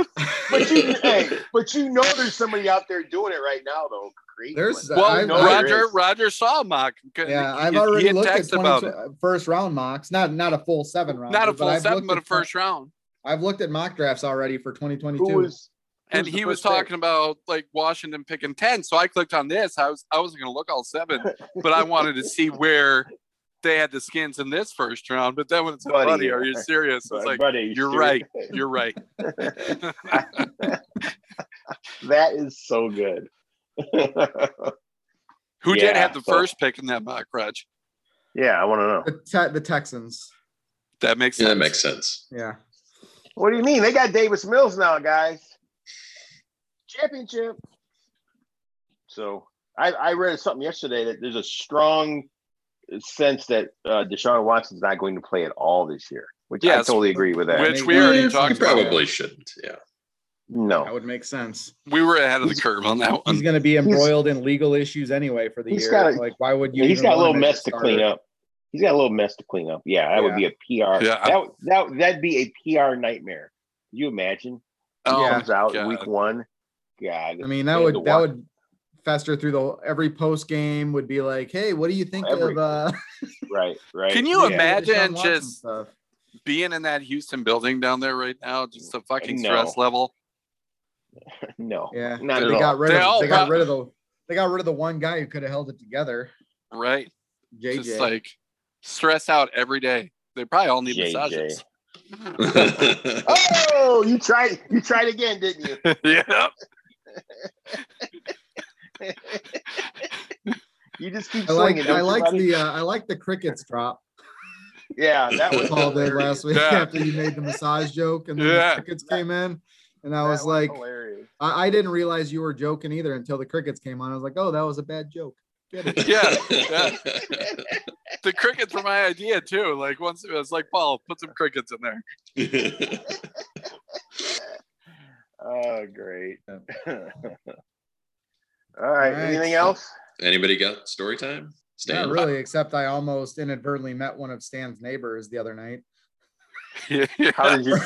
Speaker 1: <laughs>
Speaker 2: But you hey, but you know there's somebody out there doing it right now though. Creep.
Speaker 3: There's
Speaker 1: Well,
Speaker 3: I've-
Speaker 2: no, there
Speaker 1: Roger
Speaker 2: is.
Speaker 1: Roger saw a mock.
Speaker 3: Yeah, I've
Speaker 1: He- he
Speaker 3: already
Speaker 1: had
Speaker 3: looked at
Speaker 1: texted about
Speaker 3: 20,
Speaker 1: it.
Speaker 3: first round mocks, not not a full seven round,
Speaker 1: Not a
Speaker 3: but
Speaker 1: full
Speaker 3: I've
Speaker 1: seven,
Speaker 3: looked
Speaker 1: but a
Speaker 3: at twen-
Speaker 1: first round.
Speaker 3: I've looked at mock drafts already for 2022.
Speaker 2: who was
Speaker 1: And
Speaker 2: Who's the
Speaker 1: he was
Speaker 2: first pick?
Speaker 1: talking about like Washington picking 10. So I clicked on this. I was I wasn't gonna look all seven, but I wanted to
Speaker 3: <laughs>
Speaker 1: see where they had the skins in this first round. But then when it's buddy,
Speaker 2: Buddy.
Speaker 1: buddy are you serious? It's like
Speaker 2: buddy,
Speaker 1: you're
Speaker 2: sure.
Speaker 1: right. You're right.
Speaker 2: <laughs> That is so good. <laughs>
Speaker 1: Who
Speaker 2: Yeah,
Speaker 1: did have the
Speaker 2: so-
Speaker 1: first pick in that uh, mock, Raj?
Speaker 2: yeah, I want to know.
Speaker 3: the, te- the Texans.
Speaker 1: That makes
Speaker 4: <laughs> Yeah,
Speaker 1: sense.
Speaker 4: that makes sense.
Speaker 3: Yeah.
Speaker 2: What do you mean? They got Davis Mills now, guys. Championship. So I, I read something yesterday that there's a strong sense that uh, Deshaun Watson's not going to play at all this year, which I
Speaker 1: Yes.
Speaker 2: totally agree with that.
Speaker 1: Which
Speaker 3: Make-
Speaker 1: we already
Speaker 3: Yeah,
Speaker 1: talked
Speaker 4: You
Speaker 1: about.
Speaker 4: probably shouldn't. Yeah.
Speaker 2: no,
Speaker 3: That would make sense.
Speaker 1: We were ahead of the curve on that
Speaker 3: He's
Speaker 1: one.
Speaker 3: going to be
Speaker 2: He's-
Speaker 3: embroiled in legal issues anyway for the
Speaker 2: He's
Speaker 3: year.
Speaker 2: got a-
Speaker 3: like, why would you?
Speaker 2: Yeah, he's
Speaker 3: even
Speaker 2: got a
Speaker 3: wanna
Speaker 2: little
Speaker 3: make
Speaker 2: mess to
Speaker 3: starter?
Speaker 2: clean up. He's got a little mess to clean up. Yeah, that would be a PR.
Speaker 1: Yeah.
Speaker 2: That that that'd be a PR nightmare. Can you imagine?
Speaker 1: Oh,
Speaker 3: Yeah.
Speaker 2: Comes out
Speaker 1: God.
Speaker 2: week one. God.
Speaker 3: I mean, that
Speaker 2: Yeah, the
Speaker 3: would that
Speaker 2: wa-
Speaker 3: would fester through the every post game would be like, hey, what do you think
Speaker 2: Every-
Speaker 3: of? Uh, <laughs>
Speaker 2: Right. Right.
Speaker 1: Can you
Speaker 2: yeah.
Speaker 1: Imagine
Speaker 3: Deshaun Watson
Speaker 1: just-
Speaker 3: stuff?
Speaker 1: Being in that Houston building down there right now, just the fucking
Speaker 2: No.
Speaker 1: stress level.
Speaker 2: No.
Speaker 3: Yeah,
Speaker 2: Not
Speaker 3: they
Speaker 2: at all.
Speaker 3: got rid
Speaker 1: They
Speaker 3: of
Speaker 1: all
Speaker 3: they got
Speaker 1: got-
Speaker 3: rid of the they got rid of the one guy who could have held it together.
Speaker 1: Right.
Speaker 3: JJ.
Speaker 1: Just like stress out every day. They probably all need
Speaker 2: JJ.
Speaker 1: massages. <laughs>
Speaker 2: Oh, you tried. You tried again, didn't you?
Speaker 1: yeah.
Speaker 2: You just keep
Speaker 3: I like
Speaker 2: swinging.
Speaker 3: I
Speaker 2: don't you,
Speaker 3: like
Speaker 2: buddy?
Speaker 3: the uh, I like the crickets drop.
Speaker 2: Yeah, that was
Speaker 3: Paul
Speaker 2: <laughs>
Speaker 3: did last
Speaker 2: hilarious.
Speaker 3: week
Speaker 1: Yeah.
Speaker 3: after you made the massage joke and then
Speaker 1: Yeah.
Speaker 3: the crickets came in. And I
Speaker 2: That
Speaker 3: was like,
Speaker 2: hilarious.
Speaker 3: I, I didn't realize you were joking either until the crickets came on. I was like, oh, that was a bad joke. Get
Speaker 2: <laughs>
Speaker 3: it.
Speaker 1: Yeah. The crickets were my idea too. Like once it was like, Paul, put some crickets in there. <laughs>
Speaker 4: <laughs>
Speaker 2: Oh, great.
Speaker 3: Yeah.
Speaker 2: <laughs> All right.
Speaker 3: All right,
Speaker 2: Anything
Speaker 3: so-
Speaker 2: else?
Speaker 4: Anybody got story time?
Speaker 3: Not
Speaker 4: Stan?
Speaker 3: really, except I almost inadvertently met one of Stan's neighbors the other night. <laughs>
Speaker 2: How did you?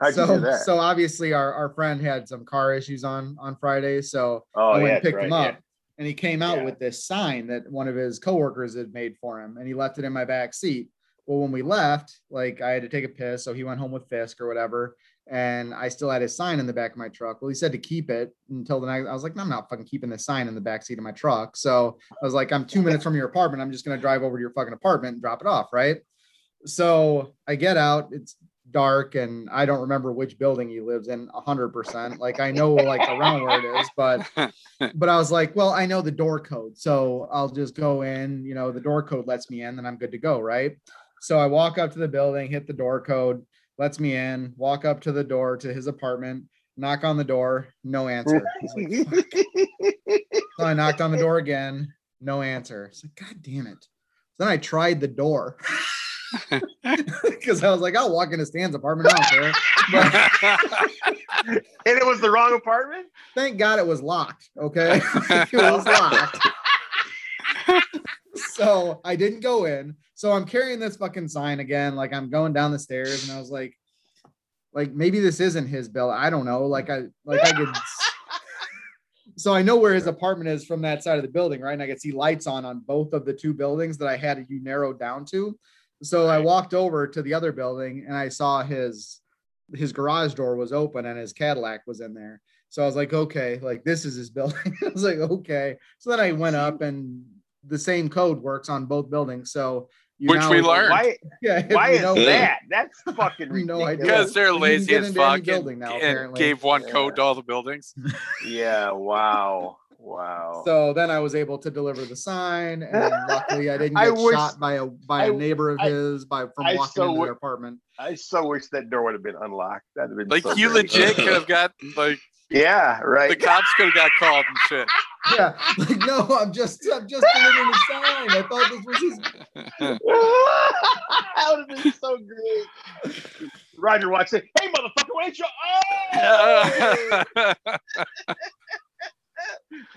Speaker 2: How'd
Speaker 3: so,
Speaker 2: you do that?
Speaker 3: so obviously our, our friend had some car issues on on Friday. So
Speaker 2: oh,
Speaker 3: I went
Speaker 2: yeah,
Speaker 3: and
Speaker 2: that's
Speaker 3: picked
Speaker 2: right.
Speaker 3: him up. And he came out
Speaker 2: Yeah.
Speaker 3: with this sign that one of his coworkers had made for him, and he left it in my back seat. Well, when we left, like I had to take a piss, so he went home with Fisk or whatever. and I still had his sign in the back of my truck. Well, he said to keep it until the night. I was like, no, I'm not fucking keeping this sign in the back seat of my truck. So I was like, I'm two minutes from your apartment. I'm just gonna drive over to your fucking apartment and drop it off, right? So I get out. It's dark, and I don't remember which building he lives in. hundred percent. Like I know like
Speaker 2: <laughs>
Speaker 3: around where it is, but but I was like, well, I know the door code, so I'll just go in. You know, the door code lets me in, then I'm good to go, right? So I walk up to the building, hit the door code, lets me in. Walk up to the door to his apartment, knock on the door, no answer. I was like, so I knocked on the door again, no answer. It's like, God damn it. So then I tried the door <laughs> because I was like, I'll walk into Stan's apartment. I don't care. But
Speaker 2: <laughs> and it was the wrong apartment.
Speaker 3: thank God it was locked. Okay. it was locked. so I didn't go in. So I'm carrying this fucking sign again. Like I'm going down the stairs and I was like, like maybe this isn't his bill. I don't know. Like I like I could <laughs> so I know where his apartment is from that side of the building, right? And I could see lights on on both of the two buildings that I had you narrowed down to. So I walked over to the other building and I saw his his garage door was open and his Cadillac was in there. So I was like, okay, like this is his <laughs> building. I was like, okay. So then I went up and the same code works on both buildings. So you
Speaker 1: Which
Speaker 3: now-
Speaker 1: we learned.
Speaker 2: Why?
Speaker 3: Yeah, <laughs>
Speaker 2: Why
Speaker 3: we
Speaker 2: is
Speaker 3: know-
Speaker 2: that?
Speaker 3: <laughs>
Speaker 2: That's fucking
Speaker 3: No idea.
Speaker 1: because
Speaker 2: ridiculous.
Speaker 1: they're
Speaker 3: You can
Speaker 1: lazy
Speaker 3: get
Speaker 1: as
Speaker 3: into any
Speaker 1: fuck and,
Speaker 3: building now,
Speaker 1: and
Speaker 3: apparently.
Speaker 1: gave one
Speaker 2: Yeah.
Speaker 1: code to all the buildings.
Speaker 2: Yeah. Wow. Wow.
Speaker 3: So then I was able to deliver the sign, and
Speaker 2: <laughs>
Speaker 3: then luckily I didn't
Speaker 2: I
Speaker 3: get
Speaker 2: wish-
Speaker 3: shot by a by a
Speaker 2: I-
Speaker 3: neighbor of
Speaker 2: I-
Speaker 3: his by from
Speaker 2: I
Speaker 3: walking
Speaker 2: so
Speaker 3: into
Speaker 2: would-
Speaker 3: their apartment.
Speaker 2: I so wish that door would have been unlocked. That'd have been
Speaker 1: Like
Speaker 2: so
Speaker 1: you
Speaker 2: great.
Speaker 1: legit <laughs> could have got like
Speaker 2: <laughs> Yeah.
Speaker 1: the
Speaker 2: Right.
Speaker 1: cops could have got called and shit. <laughs>
Speaker 3: Yeah, <laughs> like no, I'm just I'm just delivering the sign. I thought this was his.
Speaker 2: <laughs> that would have been so great. Roger Watts said, "Hey, motherfucker,
Speaker 1: <laughs>
Speaker 2: wait your oh,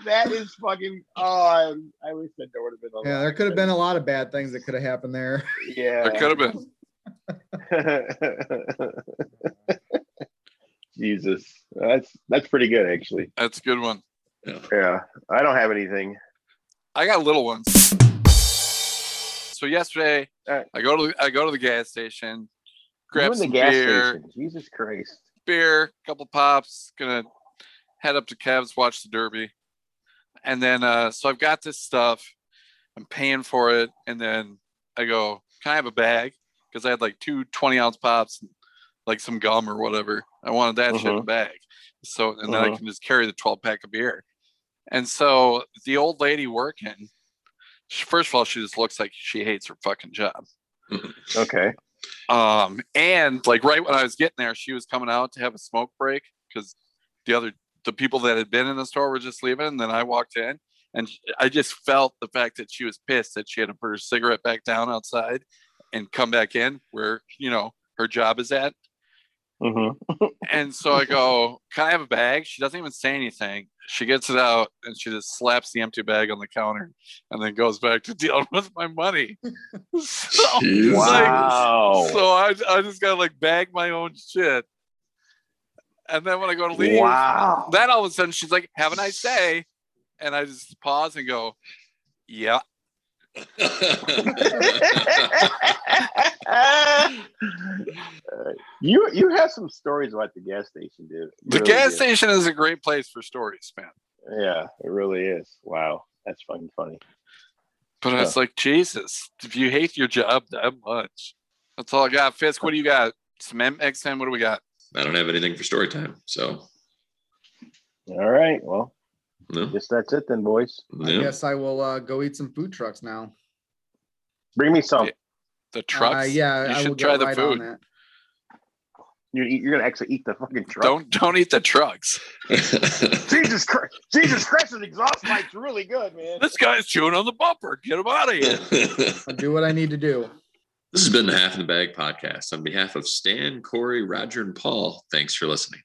Speaker 2: that is fucking oh, I, I wish that door would have been unlocked.
Speaker 3: Yeah, there could have been a lot of bad things that could have happened there.
Speaker 2: Yeah,
Speaker 1: It could have been.
Speaker 2: <laughs> Jesus, that's that's pretty good actually.
Speaker 1: That's a good one.
Speaker 2: Yeah, I don't have anything.
Speaker 1: I got little ones. So yesterday,
Speaker 2: All right.
Speaker 1: I go to the, I go to the gas station,
Speaker 2: You
Speaker 1: grab
Speaker 2: in the
Speaker 1: some
Speaker 2: gas
Speaker 1: beer,
Speaker 2: station. Jesus Christ.
Speaker 1: beer, couple pops, gonna head up to Cavs, watch the Derby. And then uh so I've got this stuff, I'm paying for it, and then I go, Can I have a bag? Because I had like two 20 ounce pops and like some gum or whatever. I wanted that shit in a
Speaker 2: Uh-huh.
Speaker 1: bag. So and then I
Speaker 2: Uh-huh.
Speaker 1: can just carry the 12 pack of beer. And so the old lady working, she, first of all, she just looks like she hates her fucking job.
Speaker 2: Okay.
Speaker 1: Um, and like right when I was getting there, she was coming out to have a smoke break because the other the people that had been in the store were just leaving. And then I walked in, and sh- I just felt the fact that she was pissed that she had to put her cigarette back down outside and come back in where you know her job is at.
Speaker 2: Mhm.
Speaker 1: And so I go, "Can I have a bag?" She doesn't even say anything. She gets it out and she just slaps the empty bag on the counter, and then goes back to <laughs> dealing with my money. So-
Speaker 4: Jeez.
Speaker 2: <laughs> Wow.
Speaker 1: so I, I just gotta like bag my own shit. And then when I go to leave,
Speaker 2: wow. <laughs>
Speaker 1: then all of a sudden she's like, Have a nice day. And I just pause and go, Yeah.
Speaker 2: you you have some stories about the gas station, dude.
Speaker 1: The
Speaker 2: Really
Speaker 1: gas
Speaker 2: do.
Speaker 1: station is a great place for stories, man.
Speaker 2: Yeah, it really is. Wow, that's fucking funny.
Speaker 1: But I was like, Jesus, if you hate your job that much, that's all I got. Fisk, what do you got? Cement X10, what do we got?
Speaker 4: <laughs> I don't have anything for story time. So,
Speaker 2: All right, well,
Speaker 4: no.
Speaker 2: guess that's it then, boys.
Speaker 3: I
Speaker 4: no. <laughs>
Speaker 3: guess I will uh, go eat some food trucks now.
Speaker 2: Bring me some.
Speaker 1: Yeah. The
Speaker 3: Uh,
Speaker 1: trucks?
Speaker 3: yeah,
Speaker 1: You
Speaker 3: I
Speaker 1: should
Speaker 3: will
Speaker 1: try
Speaker 3: get
Speaker 1: the
Speaker 3: right
Speaker 1: food.
Speaker 3: on that.
Speaker 2: You're, you're gonna actually eat the fucking truck.
Speaker 1: Don't don't eat the trucks.
Speaker 2: Jesus Christ! Jesus Christ's exhaust pipe's really good, man.
Speaker 1: This guy's chewing on the bumper. Get him out of here.
Speaker 4: this
Speaker 3: I'll do what I need to do.
Speaker 4: has been the Half in the Bag podcast. On behalf of Stan, Corey, Roger, and Paul, thanks for listening.